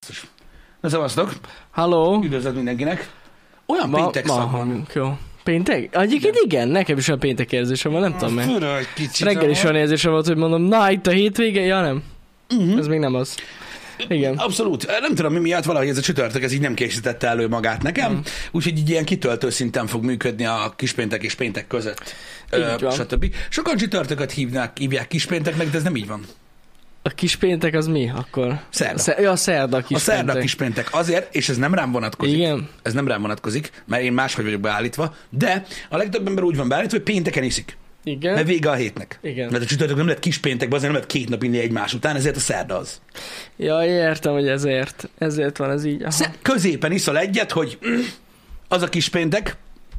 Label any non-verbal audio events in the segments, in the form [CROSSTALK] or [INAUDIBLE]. Basszus. Na szevasztok, Halló? üdvözlet mindenkinek. Olyan ma, péntek ma szak van. hangunk, jó. Péntek? Egyébként igen, nekem is olyan péntek érzésem van, nem tudom miért. Fura egy kicsit. Reggel is olyan érzésem volt, hogy mondom, na itt a hétvége, ja nem. Mhm. Uh-huh. Ez még nem az. Igen. Abszolút. Nem tudom, mi miatt valahogy ez a csütörtök, ez így nem készítette elő magát nekem, mm. úgyhogy így ilyen kitöltő szinten fog működni a kispéntek és péntek között. Így van. stb. Sokan csütörtöket hívnák, hívják kispénteknek, de ez nem így van. A kis péntek az mi akkor? Szerda. A szer- ja, a szerda kis a szerda péntek. kispéntek azért, és ez nem rám vonatkozik. Igen. Ez nem rám vonatkozik, mert én máshogy vagyok beállítva, de a legtöbb ember úgy van beállítva, hogy pénteken iszik. Igen. Mert vége a hétnek. Igen. Mert a csütörtök nem lett kispéntek, azért nem lehet két nap inni egymás után, ezért a szerda az. Ja, értem, hogy ezért. Ezért van ez így. Aha. Sze- középen iszol egyet, hogy mm, az a kispéntek,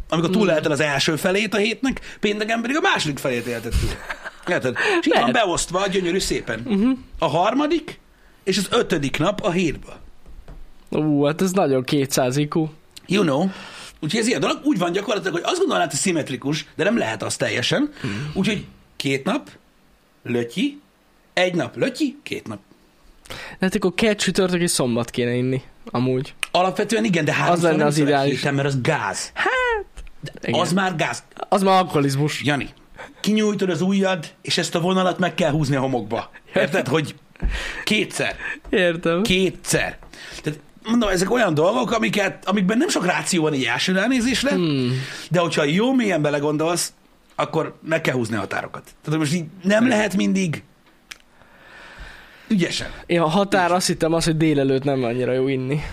amikor Mm. túl el az első felét a hétnek, pénteken pedig a második felét élted túl. Érted? És így van Lehet. Mhm. beosztva, gyönyörű szépen. Uh-huh. A harmadik és az ötödik nap a hétből. Ú, hát ez nagyon 200 IQ. You know. Úgyhogy ez ilyen dolog. Úgy van gyakorlatilag, hogy azt gondolnád, hogy szimmetrikus, de nem lehet az teljesen. Mhm. Úgyhogy két nap, lötyi, egy nap lötyi, két nap. De hát akkor két csütörtök és szombat kéne inni. Amúgy. Alapvetően igen, de háromszor lenne nem az szeret ideális. Héten, mert az gáz. Igen. Az már gáz. az már alkoholizmus. Jani, kinyújtod az ujjad, és ezt a vonalat meg kell húzni a homokba. Érted, hogy kétszer, Értem. kétszer. Tehát mondom, ezek olyan dolgok, amiket, amikben nem sok ráció van így első ránézésre, hmm. de hogyha jó mélyen belegondolsz, akkor meg kell húzni a határokat. Tehát most így nem lehet mindig ügyesen. Én a határ azt hittem az, hogy délelőtt nem annyira jó inni.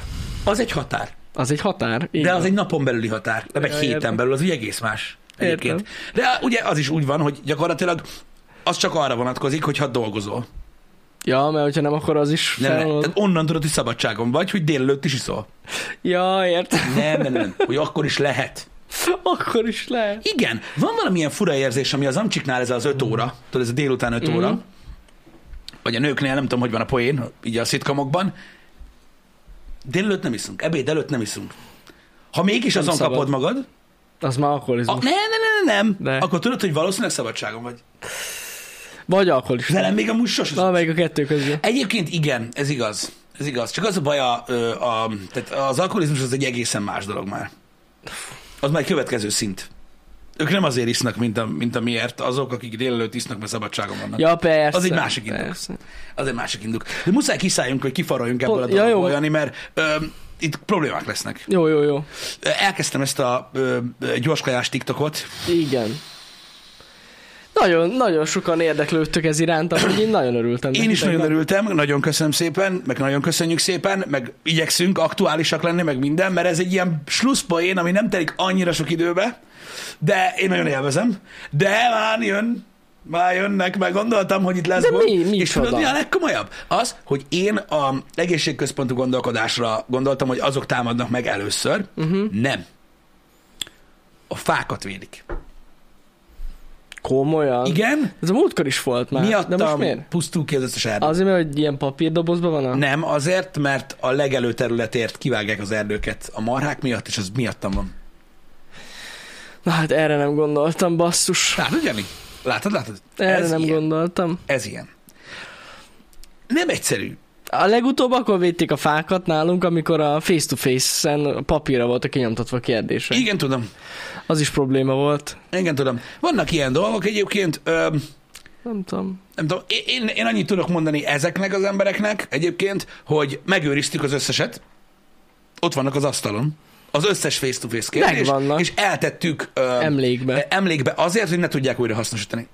Az egy határ. Az egy határ. így De van. az egy napon belüli határ, nem egy Ja, héten értem. belül, az ugye egész más egyébként. Értem. De ugye az is úgy van, hogy gyakorlatilag az csak arra vonatkozik, hogyha dolgozol. Ja, mert hogyha nem, akkor az is Nem, nem. felolvad. Tehát onnan tudod, hogy szabadságon vagy, hogy délelőtt is iszol. Ja, értem. [LAUGHS] Nem, nem, nem. Hogy akkor is lehet. Akkor is lehet. Igen, van valamilyen fura érzés, ami az amcsiknál ez az 5 óra, tudod, ez a délután 5 Mhm. óra, vagy a nőknél, nem tudom, hogy van a poén, így a szitkamokban. Délelőtt nem iszunk, ebéd előtt nem iszunk. Ha mégis Nem azon szabad. kapod magad, Az már a, alkoholizmus. ne, ne, ne, ne, nem, De. akkor tudod, hogy valószínűleg szabadságon vagy. Vagy alkoholizmus. Velem még amúgy sosem. Valamelyik a kettő közül. Egyébként igen, ez igaz. Ez igaz. Csak az a baj, a, ö, a, tehát az alkoholizmus az egy egészen más dolog már. Az már egy következő szint. Ők nem azért isznak, mint, a, mint amiért azok, akik délelőtt isznak, mert szabadságon vannak. Ja, persze. Az egy másik indok. persze. Az egy másik induk. De muszáj kiszálljunk, hogy kifaroljunk ebből a Pont- ja, dologból, jó. Jani, mert ö, itt problémák lesznek. Jó, jó, jó. Ö, Elkezdtem ezt a ö, ö, gyorskajás TikTokot. Igen. Nagyon, nagyon sokan érdeklődtök ez iránt, amúgy én nagyon örültem. Én is neki, nagyon tegnap. örültem, nagyon köszönöm szépen, meg nagyon köszönjük szépen, meg igyekszünk aktuálisak lenni, meg minden, mert ez egy ilyen slusszpoén, ami nem telik annyira sok időbe, de én nagyon élvezem. De már jön, már jönnek, meg gondoltam, hogy itt lesz De gond. mi- mi És tudod, csoda? mi a legkomolyabb? Az, hogy én a egészségközpontú gondolkodásra gondoltam, hogy azok támadnak meg először. Mhm. Uh-huh. Nem. A fákat védik. Komolyan. Igen, Ez a múltkor is volt már. miattam De most miért? pusztul ki az összes erdő. Azért, mert hogy ilyen papírdobozban van a... Nem, azért, mert a legelő területért kivágják az erdőket a marhák miatt, és az miattam van. Na hát erre nem gondoltam, basszus. Látod, Jani? Látod, látod? Erre ez nem ilyen. gondoltam. Ez ilyen. Nem egyszerű. A legutóbb akkor védték a fákat nálunk, amikor a face-to-face-en papírra voltak kinyomtatva a kérdése. Igen, tudom. Az is probléma volt. Igen, tudom. Vannak ilyen dolgok egyébként. Öm, Nem tudom. nem tudom, én- én, én annyit tudok mondani ezeknek az embereknek egyébként, hogy megőriztük az összeset. Ott vannak az asztalon. Az összes face-to-face kérdés. Megvannak. És eltettük öm, Emlékbe. emlékbe azért, hogy ne tudják újra hasznosítani.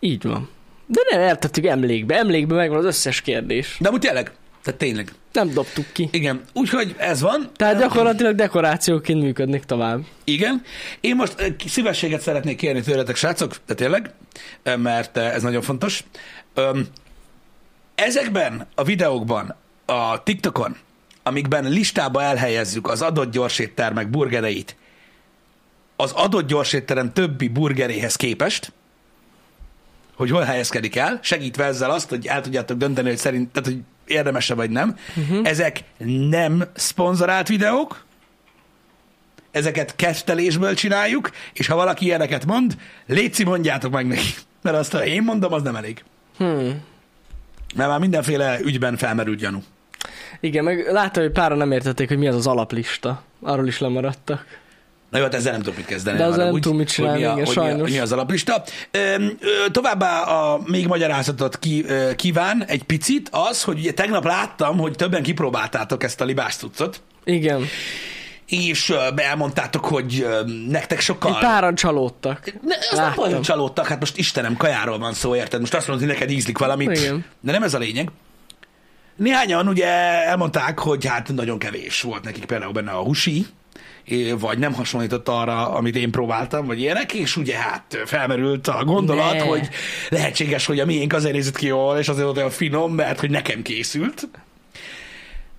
Így van. De nem eltettük emlékbe. Emlékbe megvan az összes kérdés. De amúgy tényleg. Tehát tényleg. Nem dobtuk ki. Igen, úgyhogy ez van. Tehát gyakorlatilag dekorációként működnek tovább. Igen. Én most ö, szívességet szeretnék kérni tőletek, srácok, de tényleg, ö, mert ö, ez nagyon fontos. Öm, Ezekben a videókban, a TikTokon, amikben listába elhelyezzük az adott gyorséttermek burgereit, az adott gyorsétterem többi burgeréhez képest, hogy hol helyezkedik el, segítve ezzel azt, hogy el tudjátok dönteni, hogy szerint, tehát, hogy érdemese vagy nem. Uh-huh. Ezek nem szponzorált videók, ezeket kettelésből csináljuk, és ha valaki ilyeneket mond, léci mondjátok meg neki. Mert azt, ha én mondom, az nem elég. Hmm. Mert már mindenféle ügyben felmerült gyanú. Igen, meg láttam, hogy pára nem értették, hogy mi az az alaplista. Arról is lemaradtak. Na jó, hát ezzel nem tudok mit kezdeni. De már ezzel nem úgy, tudunk mit hogy csinálni, mi a, igen, hogy mi a- sajnos. Mi az alaplista. Öm, ö, továbbá a még magyarázatot ki, ö, kíván egy picit az, hogy ugye tegnap láttam, hogy többen kipróbáltátok ezt a libás cuccot, Igen. és ö, elmondtátok, hogy ö, nektek sokkal... Egy páran csalódtak. Ne, az nem Láttam. baj, hogy csalódtak, hát most Istenem, kajáról van szó, érted? Most azt mondod, hogy neked ízlik valami, Igen. de nem ez a lényeg. Néhányan ugye elmondták, hogy hát nagyon kevés volt nekik például benne a husi, é, vagy nem hasonlított arra, amit én próbáltam, vagy ilyenek, és ugye hát felmerült a gondolat, Ne. hogy lehetséges, hogy a miénk azért nézett ki jól, és azért volt olyan finom, mert hogy nekem készült.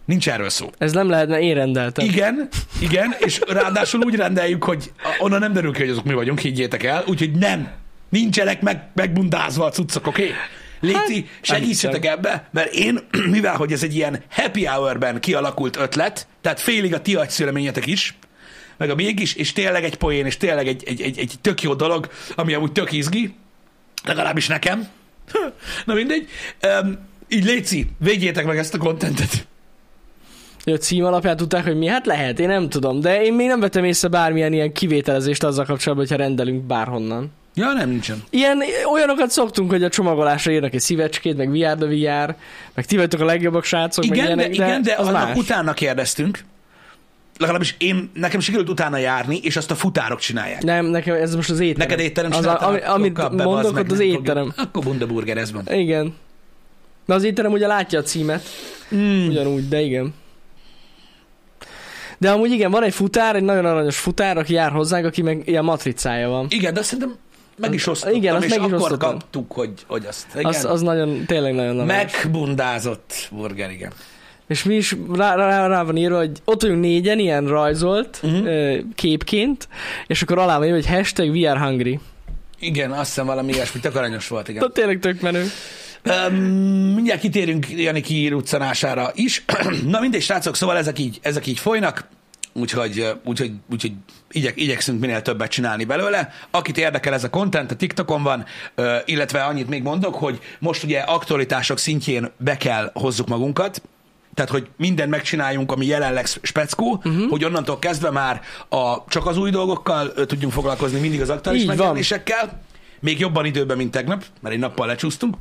Nincs erről szó. Ez nem lehetne, én rendeltem. Igen, igen, és ráadásul úgy rendeljük, hogy a- onnan nem derül ki, hogy azok mi vagyunk, higgyétek el, úgyhogy nem, nincsenek meg, megbundázva a cuccok, oké? Okay? Léci, segítsetek ebbe, mert én, [CLEARS THROAT] mivel hogy ez egy ilyen happy hour-ben kialakult ötlet, tehát félig a ti agyszüleményetek is, meg a miénk is, és tényleg egy poén, és tényleg egy, egy, egy, egy tök jó dolog, ami amúgy tök izgi, legalábbis nekem. [LAUGHS] Na mindegy. Um, így Léci, védjétek meg ezt a kontentet. Ő cím alapján tudták, hogy mi? Hát lehet, én nem tudom, de én még nem vettem észre bármilyen ilyen kivételezést azzal kapcsolatban, hogyha rendelünk bárhonnan. Ja, nem, nincsen. Ilyen olyanokat szoktunk, hogy a csomagolásra írnak egy szívecskét, meg VR de VR, meg ti vagytok a legjobbak srácok, meg Igen, de, ilyenek, igen, de az annak más. utána kérdeztünk. Legalábbis én, nekem sikerült utána járni, és azt a futárok csinálják. Nem, nekem ez most az étterem. Neked étterem az a, csináltak, ami, akkor Amit kap be, bazd mondok, meg, ott az nem étterem. fogjuk. Akkor bundaburger, ez van. Igen. De az étterem ugye látja a címet, Mm. ugyanúgy, de igen. De amúgy igen, van egy futár, egy nagyon aranyos futár, aki jár hozzánk, aki meg ilyen matricája van. Igen, de azt szerintem meg is osztottam, Igen, azt és meg is akkor osztottam. kaptuk, hogy, hogy azt. Igen. Az, az nagyon, tényleg nagyon aranyos. Megbundázott burger, igen. És mi is rá, rá, rá van írva, hogy ott vagyunk négyen, ilyen rajzolt Mhm. uh-huh. ö, képként, és akkor alá van írva, hogy hashtag we are hungry. Igen, azt hiszem valami ilyesmi, tök aranyos volt, igen. Tehát tényleg tök menő. Öm, mindjárt kitérünk Jani kiruccanására is. [CLEARS THROAT] Na mindegy, srácok, szóval ezek így, ezek így folynak, úgyhogy, ö, úgyhogy, úgyhogy igyek, igyekszünk minél többet csinálni belőle. Akit érdekel ez a content, a TikTokon van, ö, illetve annyit még mondok, hogy most ugye aktualitások szintjén be kell hozzuk magunkat, tehát, hogy mindent megcsináljunk, ami jelenleg speckó, Mhm. uh-huh. hogy onnantól kezdve már a, csak az új dolgokkal ö, tudjunk foglalkozni mindig az aktuális Így van. megjelenésekkel. Még jobban időben, mint tegnap, mert egy nappal lecsúsztunk.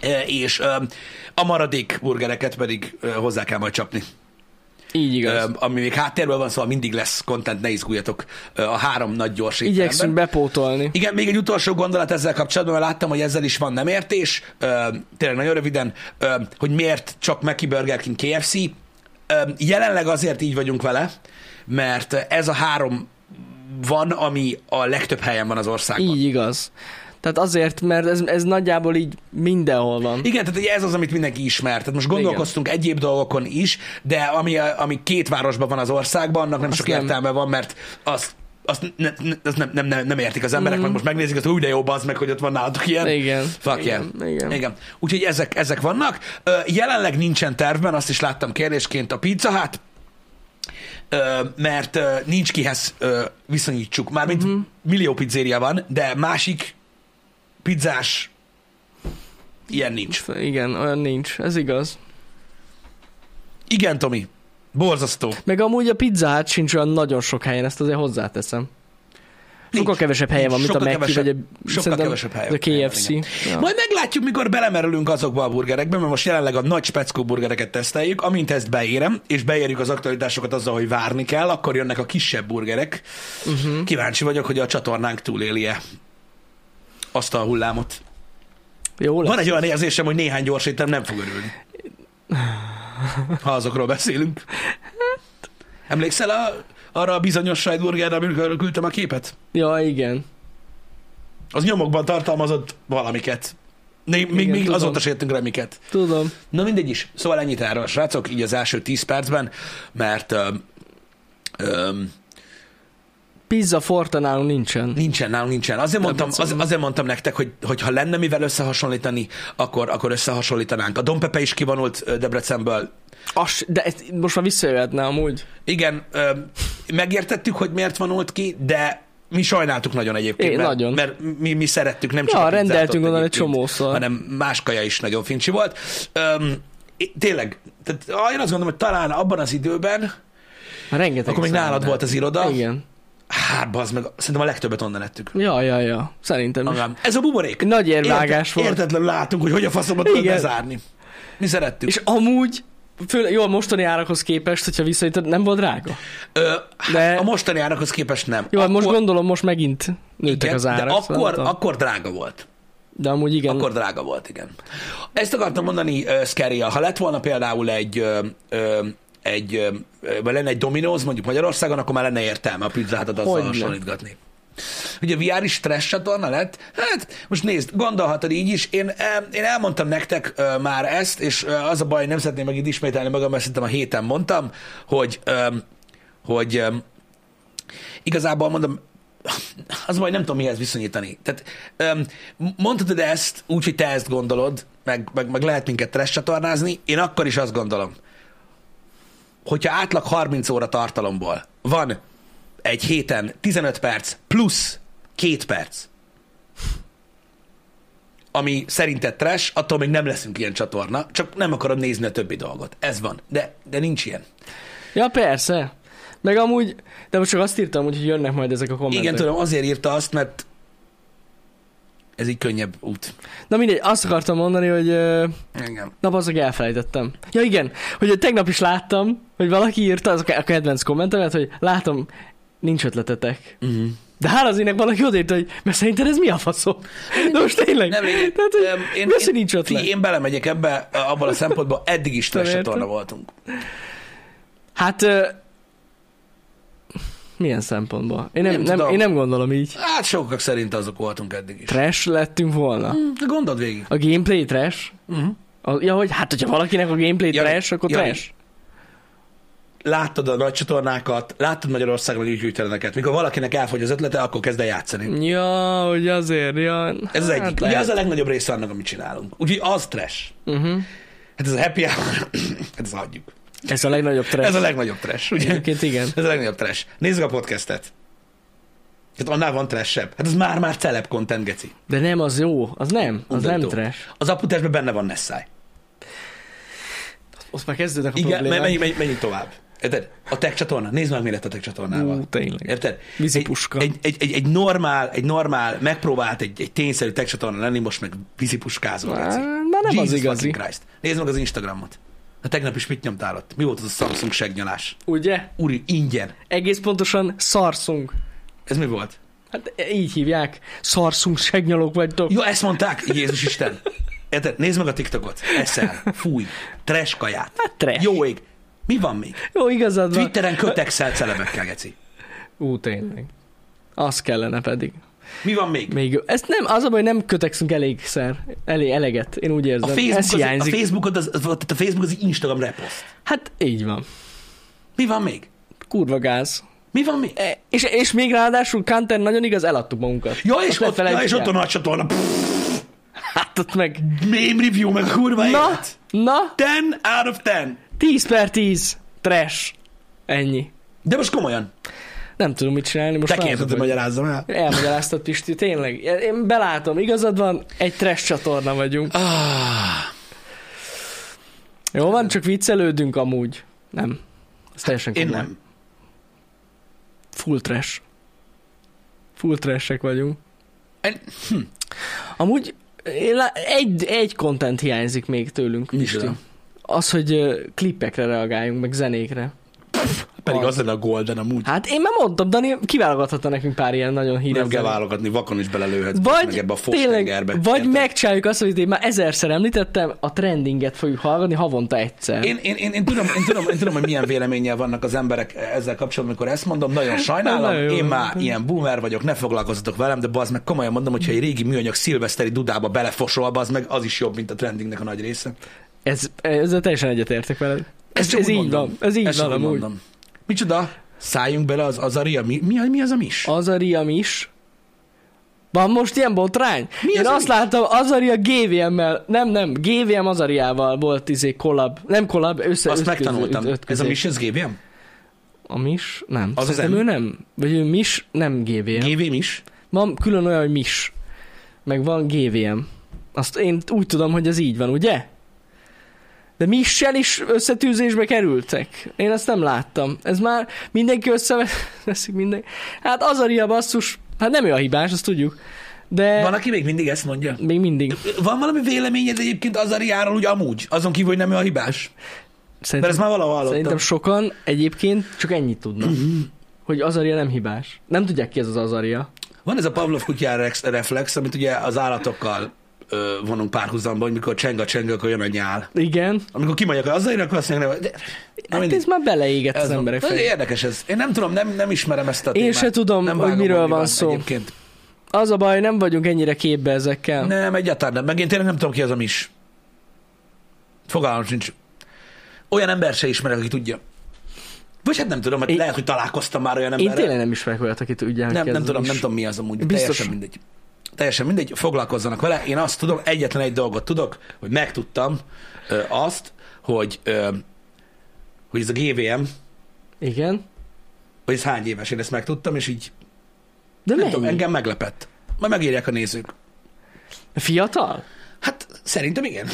E, és ö, a maradék burgereket pedig ö, hozzá kell majd csapni. Így Ö, igaz. Ami még háttérből van, szóval mindig lesz content, ne izguljatok ö, a három nagy gyors Igyekszünk étteremben. bepótolni. Igen, még egy utolsó gondolat ezzel kapcsolatban, mert láttam, hogy ezzel is van nem értés, ö, tényleg nagyon röviden, ö, hogy miért csak Meki Burger King KFC. Ö, E, jelenleg azért így vagyunk vele, mert ez a három van, ami a legtöbb helyen van az országban. Így igaz. Tehát azért, mert ez, ez nagyjából így mindenhol van. Igen, tehát ugye ez az, amit mindenki ismer. Tehát most gondolkoztunk Igen. egyéb dolgokon is, de ami, ami két városban van az országban, annak nem Azt sok nem. értelme van, mert azt azt ne, ne, azt nem, nem, nem, nem értik az emberek, mm. meg most megnézik, azt úgy de jó, bazd meg, hogy ott van nálatok ilyen. Mhm. Igen. Fuck yeah. Igen, igen. igen. Úgyhogy ezek, ezek vannak. Ö, jelenleg nincsen tervben, azt is láttam kérdésként a pizza, hát Ö, mert ö, nincs kihez ö, viszonyítsuk. Mármint Mhm. uh-huh. millió pizzéria van, de másik pizzás ilyen nincs. Igen, olyan nincs. Ez igaz. Igen, Tomi. Borzasztó. Meg amúgy a pizza hát sincs olyan nagyon sok helyen, ezt azért hozzáteszem. Sokkal Nincs. kevesebb helye van, mint Sokkal a Mekki, kevesebb- vagy a, sokkal szerintem kevesebb helye a van, igen. KFC. Ja. Ja. Majd meglátjuk, mikor belemerülünk azokba a burgerekbe, mert most jelenleg a nagy speckó burgereket teszteljük, amint ezt beérem, és beérjük az aktualitásokat azzal, hogy várni kell, akkor jönnek a kisebb burgerek. Mhm. Uh-huh. Kíváncsi vagyok, hogy a csatornánk túléli-e azt a hullámot. Jó lesz. Van egy olyan érzésem, hogy néhány gyors étem nem fog örülni. Ha azokról beszélünk. Emlékszel a, arra a bizonyos sajtburgerre, amikor küldtem a képet? Ja, igen. Az nyomokban tartalmazott valamiket. Né, még, Igen, még tudom. azóta se értünk rá miket. Tudom. Na mindegy is. Szóval ennyit erről, srácok, így az első 10 percben, mert öm, öm, Pizza forta nálunk nincsen. nincsen nálunk, nincsen. Azért mondtam, az, egyszerűen. azért mondtam nektek, hogy, hogy ha lenne mivel összehasonlítani, akkor, akkor összehasonlítanánk. A Dompepe is kivonult ö, Debrecenből. As, de ez, most már visszajöhetne amúgy. Igen, öm, megértettük, hogy miért vonult ki, de mi sajnáltuk nagyon egyébként, Én mert, nagyon. mert mi, mi szerettük, nem csak Ja, a pizzát rendeltünk ott onnan egy egyébként, csomószor. hanem más kaja is nagyon fincsi volt. Öm, é- tényleg, tehát ah, én azt gondolom, hogy talán abban az időben, Rengeteg akkor még szám nálad volt az iroda, Igen. hát bazd meg, szerintem a legtöbbet onnan ettük. Ja, ja, ja. Szerintem is. Magam. Ez a buborék. Nagy érvágás volt. Értetlen látunk, hogy hogy a faszomat tudod Igen. bezárni. Mi szerettük. És amúgy, főleg jó, a mostani árakhoz képest, hogyha visszajött, nem volt drága. Ö, De- de... A mostani árakhoz képest nem. Jó, akkor... most Akkor- gondolom, most megint nőttek igen, az árak. De szóval nem akkor, tudom. akkor drága volt. de amúgy igen. Akkor drága volt, igen. Ezt akartam mondani uh, scary Ha lett volna például egy, ö, ö, egy, ö, vagy lenne egy dominóz mondjuk Magyarországon, akkor már lenne értelme a pizzátat azzal Hogyne. hasonlítgatni. Ugye a VR is stressz csatorna lett? Hát, most nézd, gondolhatod így is. Én, em, én elmondtam nektek ö, már ezt, és ö, az a baj, nem szeretném meg itt ismételni magam, mert szerintem a héten mondtam, hogy, öm, hogy öm, igazából mondom, [LAUGHS] az baj, nem tudom mihez viszonyítani. Tehát öm, mondhatod ezt úgy, hogy te ezt gondolod, meg, meg, meg lehet minket trash csatornázni, én akkor is azt gondolom, hogyha átlag 30 óra tartalomból van egy héten 15 perc plusz 2 perc, ami szerinted trash, attól még nem leszünk ilyen csatorna, csak nem akarod nézni a többi dolgot. Ez van, de, de nincs ilyen. Ja, persze. Meg amúgy, de most csak azt írtam, hogy jönnek majd ezek a kommentek. Igen, tudom, azért írta azt, mert ez így könnyebb út. Na mindegy, azt akartam mondani, hogy ö, Igen. na bazzag elfelejtettem. Ja igen, hogy tegnap is láttam, hogy valaki írta az a kedvenc kommentemet, hogy látom, nincs ötletetek. Uh-huh. De hát az ének valaki odért, hogy mert szerinted ez mi a faszom? De most tényleg. Nem rég. Tehát, hogy Öm, mi az, hogy nincs ötlet? figyelj, én belemegyek ebbe, ö, abban a szempontból eddig is Nem trash értem. csatorna voltunk. Hát... ö, milyen szempontból? Én nem, Nem nem, nem, tudom. én nem gondolom így. Hát sokak szerint azok voltunk eddig is. Trash lettünk volna. De Gondold végig. A gameplay trash? Uh-huh. A, ja, hogy hát, hogyha valakinek a gameplay Jani, trash, akkor Jani. trash. Láttad a nagy csatornákat, láttad Magyarországon a gyűjtőteleneket. Mikor valakinek elfogy az ötlete, akkor kezd el játszani. Ja, hogy azért, ja. Ez az Hát egyik. Ugye lehet. az a legnagyobb része annak, amit csinálunk. Úgyhogy az trash. Uh-huh. Hát ez a happy hour, [CLEARS THROAT] hát ez hagyjuk. Ez a legnagyobb trash. Ez a legnagyobb trash, ugye? [CLEARS THROAT] Egyébként igen. Ez a legnagyobb trash. Nézzük a podcastet. Hát annál van trashebb. Hát ez már-már celeb content, geci. De nem, az jó. Az nem. Az nem Undorító. trash. Az aputásban benne van Nessai. Ott már kezdődnek a Igen, menj, problémák. menj, menj, menjünk tovább. Érted? A tech csatorna. Nézd meg, mi lett a tech csatornával. Ú, tényleg. Érted? Vízipuska. Egy, egy, egy, egy, normál, egy normál, megpróbált egy, egy tényszerű tech csatorna lenni, most meg vízipuskázol, Már- geci. már nem az Jesus igazi. fucking Christ. Nézd meg az Instagramot. Hát tegnap is mit nyomtál ott? Mi volt az a Samsung segnyalás? Ugye? Úri, ingyen. Egész pontosan szarszunk. Ez mi volt? Hát így hívják. Szarszunk, segnyalók vagytok. Jó, ezt mondták? Jézus Isten. Érted? Nézd meg a TikTokot. Eszel, fúj, trash kaját. Hát trash. Jó ég. Mi van még? Jó, igazad van. Twitteren kötekszel celebekkel, geci. Ú, tényleg. Az kellene pedig. Mi van még? Még, ezt nem, az a baj, nem kötekszünk elégszer, elég, eleget, én A úgy érzem. Ez Facebook, az, a, hiányzik. Facebook az, az, tehát a Facebook az egy Instagram reposzt. Hát így van. Mi van még? Kurva gáz. Mi van még? E, és, és még ráadásul Kanten nagyon igaz, eladtuk magunkat. Ja, és, Azt ne ott, ja, és felejtsük ott a el. nagy csatorna. Pff, Hát ott meg. meme review, meg a kurva Na, élet. na, 10 out of 10. 10 per 10. Trash. Ennyi. De most komolyan. Nem tudom mit csinálni. Most Te kérted, hogy magyarázzam el. Elmagyaráztad Pisti, tényleg. Én belátom, igazad van, egy trash csatorna vagyunk. Ah, Jó van, csak viccelődünk amúgy. Nem. Ez teljesen Hát én komoly. nem. Full trash. Full trashek vagyunk. Én- Amúgy én lá- egy, egy content hiányzik még tőlünk, Pisti. Micsoda? Az, hogy ö, klipekre reagáljunk, meg zenékre. Pedig Az. az lenne a golden amúgy. Hát én már mondtam, Dani kiválogathatna nekünk pár ilyen nagyon híres Nem kell zenét. válogatni, vakon is belelőhetsz. meg Vagy, ebbe a tényleg, fosztengerbe. vagy Érted? megcsináljuk azt, amit én már ezerszer említettem, a trendinget fogjuk hallgatni havonta egyszer. Én, én, én, én, tudom, én, tudom, én tudom, hogy milyen véleménnyel vannak az emberek ezzel kapcsolatban, amikor ezt mondom. Nagyon sajnálom, Nagyon jó. én már ilyen boomer vagyok, ne foglalkozzatok velem, de bazd meg komolyan mondom, hogyha egy régi műanyag szilveszteri dudába belefosol, bazd meg az is jobb, mint a trendingnek a nagy része. Ez, ezzel teljesen egyetértek veled. Ez, csak ez úgy így mondom. van, ez így Ezt van csak úgy amúgy. mondom. Micsoda? Szálljunk bele az azaria. Mi, mi, mi az a mis? A... Azariam is. Van most ilyen botrány? Mi Én az, azt ami? láttam, Azaria GVM-mel, nem, nem, GVM Azariával volt izé collab, nem collab, össze Azt ötköző- megtanultam. öt- ötközés. Ez a Missions GVM? A Mis? Nem. Az Az az Szerintem M. ő nem. Vagy ő Mis, nem GVM. GVM is? Van külön olyan, hogy Mis. Meg van GVM. Azt én úgy tudom, hogy ez így van, ugye? De Michel is összetűzésbe kerültek. Én ezt nem láttam. Ez már mindenki összeveszik minden. Hát az a ria basszus, hát nem ő a hibás, azt tudjuk. De Van, aki még mindig ezt mondja? még mindig. Van valami véleményed egyébként az Ariáról úgy amúgy? Azon kívül, hogy nem ő a hibás? Mert Szerintem, ezt már valahol hallottam. szerintem sokan egyébként csak ennyit tudnak. hogy Azaria nem hibás. Nem tudják ki ez az Azaria. Van ez a Pavlov kutyára rex- reflex, amit ugye az állatokkal ö, vonunk párhuzamba, hogy mikor cseng a cseng, akkor jön a nyál. Igen. Amikor kimondják, hogy azért, akkor azt mondják, hogy de... Na, Hát mindegy. ez már beleégett Ez az van. emberek Ez fejébe. Érdekes ez. Én nem tudom, nem, nem ismerem ezt a Én témát. se tudom, nem hogy vágom, miről mi van szó. Egyébként. Az a baj, nem vagyunk ennyire képbe ezekkel. Nem, egyáltalán nem. Meg én tényleg nem tudom, ki az a mis. Fogalmam sincs. Olyan ember se ismerek, aki tudja. Vagy hát nem tudom, mert Én- lehet, hogy találkoztam már olyan Én emberrel. tényleg nem ismerek olyat, akit ugye nem, nem tudom, nem tudom mi az amúgy. Biztos. Teljesen mindegy. Teljesen mindegy, foglalkozzanak vele. Én azt tudom, egyetlen egy dolgot tudok, hogy megtudtam ö, azt, hogy, ö, hogy ez a GVM, Igen. hogy ez hány éves, én ezt megtudtam, és így De nem mennyi? tudom, engem meglepett. Majd megírják a nézők. Fiatal? Hát szerintem igen.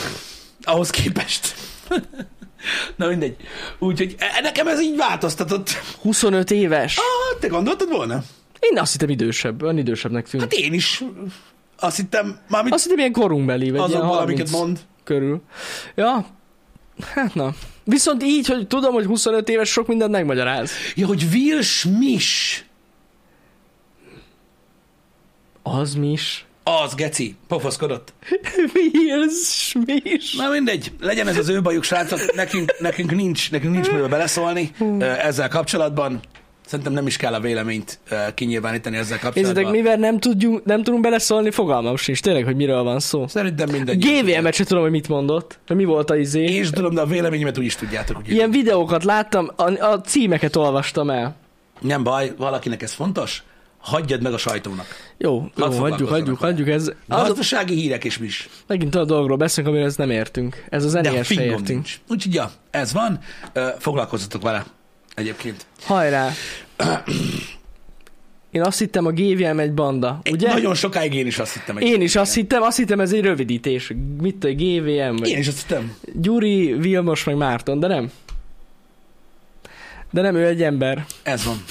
Ahhoz képest. Na mindegy. Úgyhogy e- nekem ez így változtatott. 25 éves? Ah, te gondoltad volna? Én azt hittem idősebb, olyan idősebbnek tűnt. Hát Hát én is. Azt hittem, mármint azt hittem ilyen korunkbeli, vagy ilyen azokból, 30 amiket mond. körül. Ja, hát na. Viszont így, hogy tudom, hogy 25 éves sok mindent megmagyaráz. Ja, hogy Will Smish. Az [LAUGHS] mi is? Az, geci, pofoszkodott. Will Smith. Na mindegy, legyen ez az ő bajuk, srácok, nekünk, nekünk nincs, nekünk nincs miről beleszólni ö, ezzel kapcsolatban. Szerintem nem is kell a véleményt ö, kinyilvánítani ezzel kapcsolatban. Nézzétek, mivel nem, tudjunk, nem tudunk beleszólni, fogalmam sincs tényleg, hogy miről van szó. Szerintem mindegy. GVM-et se tudom, hogy mit mondott, hogy mi volt a izé. Én is tudom, de a véleményemet úgy is tudjátok. Úgyhogy... Ilyen videókat láttam, a, a címeket olvastam el. Nem baj, valakinek ez fontos, hagyjad meg a sajtónak. Jó, jó hagyjuk, hagyjuk, foglalkozzanak vele. hagyjuk, ez, az, a- Gazdasági hírek is is. megint olyan dologról beszélünk, amiről ezt nem értünk. Ez az De a NES se fingom értünk. nincs. Úgyhogy ja, ez van, Ö, foglalkozzatok vele egyébként. Hajrá! Én azt hittem, a GVM egy banda, Egy ugye? Nagyon sokáig én is azt hittem. Én is azt hittem. hittem, azt hittem ez egy rövidítés. Mit a GVM? Én Vagy is azt hittem. Gyuri, Vilmos, meg Márton, de nem. De nem, ő egy ember. Ez van.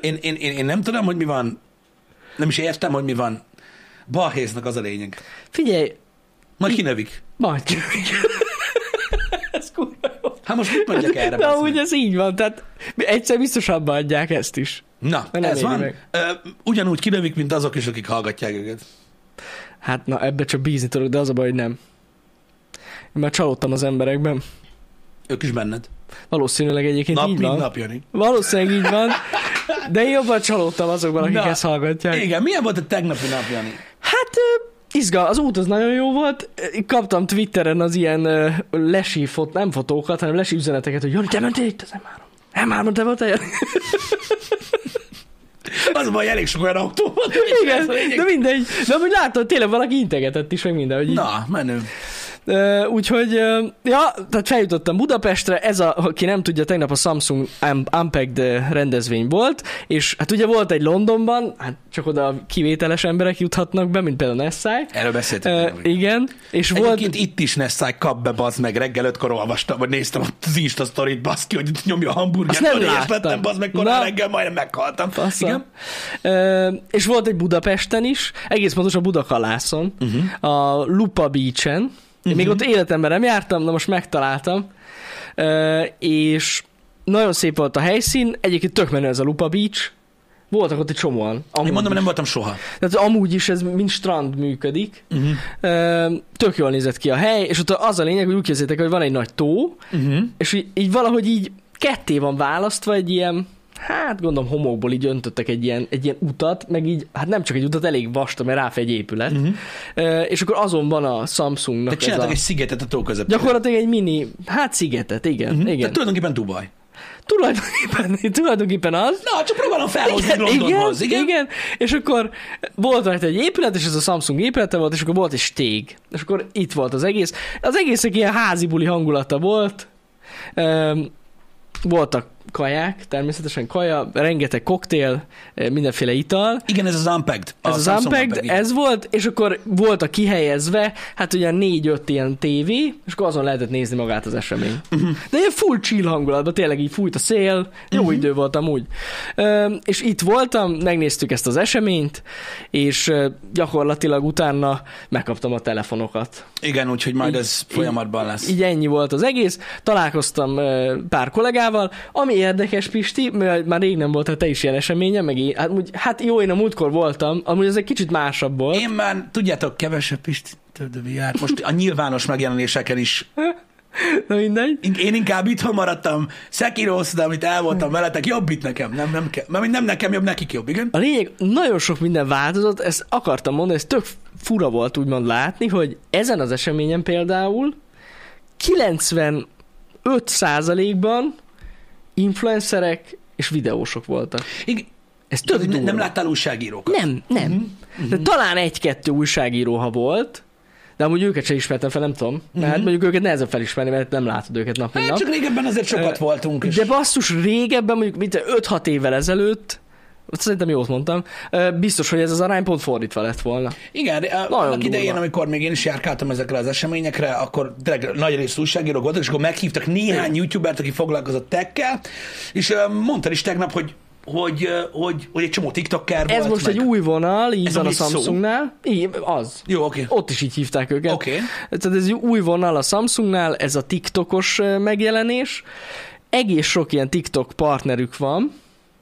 Én, én, én, én nem tudom, hogy mi van. Nem is értem, hogy mi van. Balhéznak az a lényeg. Figyelj, Majd kinövik. majd [LAUGHS] Ez kurva jó. Hát most mit [LAUGHS] mondjak erre? De bazd amúgy meg? ez így van, tehát egyszer biztosabban adják ezt is. Na, nem ez éri van. meg. Ö, Ugyanúgy kinövik, mint azok is, akik hallgatják őket. Hát na, ebbe csak bízni tudok, de az a baj, hogy nem. Én már csalódtam az emberekben. Ők is benned. Valószínűleg egyébként Nap, így mint van. nap, Jani. Valószínűleg így van. De én jobban csalódtam azokban, akik Na, ezt hallgatják. Igen, milyen volt a tegnapi nap, Jani? Hát ö, izgal, az út az nagyon jó volt. Ö, Kaptam Twitteren az ilyen ö, lesi fot, nem fotókat, hanem lesi üzeneteket, hogy Jani, te mentél itt az M3. M3-on te voltál? Jani? Az a baj, elég sok olyan autó van. szóval Igen, de mindegy. De amúgy látod, tényleg valaki integetett is, meg minden, hogy így Na, menő. Ö, úgyhogy, ö, ja, tehát feljutottam Budapestre, ez a, aki nem tudja, tegnap a Samsung Un- Unpacked rendezvény volt, és hát ugye volt egy Londonban, hát csak oda a kivételes emberek juthatnak be, mint például Nessai. Erről Ö, beszéltünk. Uh, igen, és volt... Egyébként itt is Nessai kap be, bazd meg, reggel ötkor olvastam, vagy néztem ott az Insta sztorit, bazd ki, hogy nyomja a hamburgert, Azt nem Jani, és láttam. lettem, bazd meg, korán Na. reggel majdnem meghaltam. Faszom. Igen? Ö, és volt egy Budapesten is, egész pontosan Budakalászon, Mhm. uh-huh. a Lupa Beach-en. Uh-huh. Még ott életemben nem jártam, de most megtaláltam. Ö, és nagyon szép volt a helyszín, egyébként tök menő ez a Lupa Beach. Voltak ott egy csomóan. Amúgy, Én mondom, nem voltam soha. Tehát amúgy is ez mint strand működik. Uh-huh. Ö, tök jól nézett ki a hely, és ott az a lényeg, hogy úgy képzeljétek, hogy van egy nagy tó, Uh-huh. és így, így valahogy így ketté van választva egy ilyen, hát gondolom homokból így öntöttek egy ilyen, egy ilyen utat, meg így, hát nem csak egy utat, elég vastag, mert ráfegy egy épület. Mhm. Uh-huh. És akkor azon van a Samsungnak Tehát ez a... csináltak egy szigetet a tó közepén. Gyakorlatilag egy mini, hát szigetet, igen, Mhm. uh-huh. igen. Tehát tulajdonképpen Dubaj. Tulajdonképpen, tulajdonképpen az, Na, csak próbálom felhozni Londonhoz, igen? igen, igen, és akkor volt rajta egy épület, és ez a Samsung épülete volt, és akkor volt egy stég. És akkor itt volt az egész. Az egésznek ilyen házi buli hangulata volt. Öm, voltak kaják, természetesen kaja, rengeteg koktél, mindenféle ital. Igen, ez az Unpacked. Ez az Samsung Unpacked, igen. ez volt, és akkor volt a kihelyezve, hát ugye négy-öt ilyen tévé, és akkor azon lehetett nézni magát az esemény. De ilyen full chill hangulatban, tényleg így fújt a szél, jó idő volt amúgy. Ö, és itt voltam, megnéztük ezt az eseményt, és ö, gyakorlatilag utána megkaptam a telefonokat. Igen, úgyhogy majd Így- ez folyamatban lesz. Így ennyi volt az egész. Találkoztam ö, pár kollégával. Ami érdekes, Pisti, mert már rég nem volt, hát te is ilyen eseményen, meg én, hát, úgy- hát jó, én a múltkor voltam, amúgy ez egy kicsit másabb volt. Én már, tudjátok, kevesebb Pisti több járt. Most a nyilvános megjelenéseken is. Na mindegy. Én inkább itthon maradtam, szekíroztam, amit el voltam veletek, jobb itt nekem. Nem, nem, ke- nem, nem nekem jobb, nekik jobb, igen. A lényeg, nagyon sok minden változott, ezt akartam mondani, ez tök fura volt úgymond látni, hogy ezen az eseményen például 95%-ban influencerek és videósok voltak. igen. Ez tök nem, nem Mhm. durva. láttál újságírókat? Nem, nem. De talán egy-kettő újságíró, ha volt, de amúgy őket sem ismertem fel, nem tudom. Mert hát mondjuk őket nehezebb felismerni, mert nem látod őket nap, mint Mhm. Hát nap. csak régebben azért sokat Ö, voltunk. És... De basszus, régebben, mondjuk mint 5-6 évvel ezelőtt, azt szerintem jót mondtam, ö, biztos, hogy ez az arány pont fordítva lett volna. Igen, de, ö, annak durva. idején, amikor még én is járkáltam ezekre az eseményekre, akkor tényleg nagy részt újságírók voltak, és akkor meghívtak néhány youtubert, aki foglalkozott tekkel, és ö, mondtad is tegnap, hogy hogy, ö, hogy, hogy egy csomó tiktoker Ez volt. most meg- egy új vonal, így Ez van a amúgy szó. Samsungnál. Így, az. Jó, oké. Okay. Ott is így hívták őket. Oké. Tehát ez egy új vonal a Samsungnál, ez a TikTokos ö, megjelenés. Egész sok ilyen TikTok partnerük van,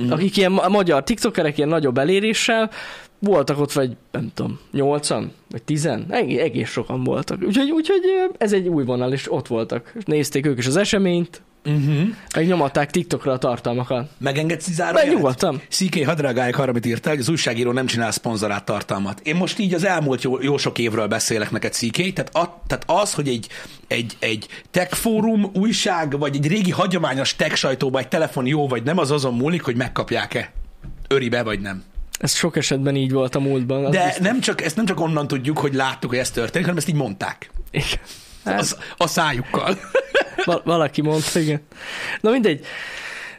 mm. akik ilyen ma- magyar TikTokerek, ilyen nagyobb eléréssel, voltak ott vagy, nem tudom, nyolcan, vagy tizen, egész, egész sokan voltak. Úgyhogy, úgyhogy ö, ez egy új vonal, és ott voltak. És Nézték ők is az eseményt, Uh-huh. meg nyomatták TikTokra a tartalmakat. Megengedsz Mert zárójelet? nyugodtan. CK hadrágáik arra, amit írtál, hogy az újságíró nem csinál szponzorált tartalmat. Én most így az elmúlt jó, jó sok évről beszélek neked, CK, tehát, a, tehát az, hogy egy, egy, egy tech fórum, újság, vagy egy régi hagyományos tech sajtóban egy telefon jó vagy nem, az azon múlik, hogy megkapják-e öribe vagy nem. Ez sok esetben így volt a múltban. az De biztos. nem csak, ezt nem csak onnan tudjuk, hogy láttuk, hogy ez történik, hanem ezt így mondták. Igen. Hát. Az, a szájukkal. Val- valaki mondta, igen. Na mindegy.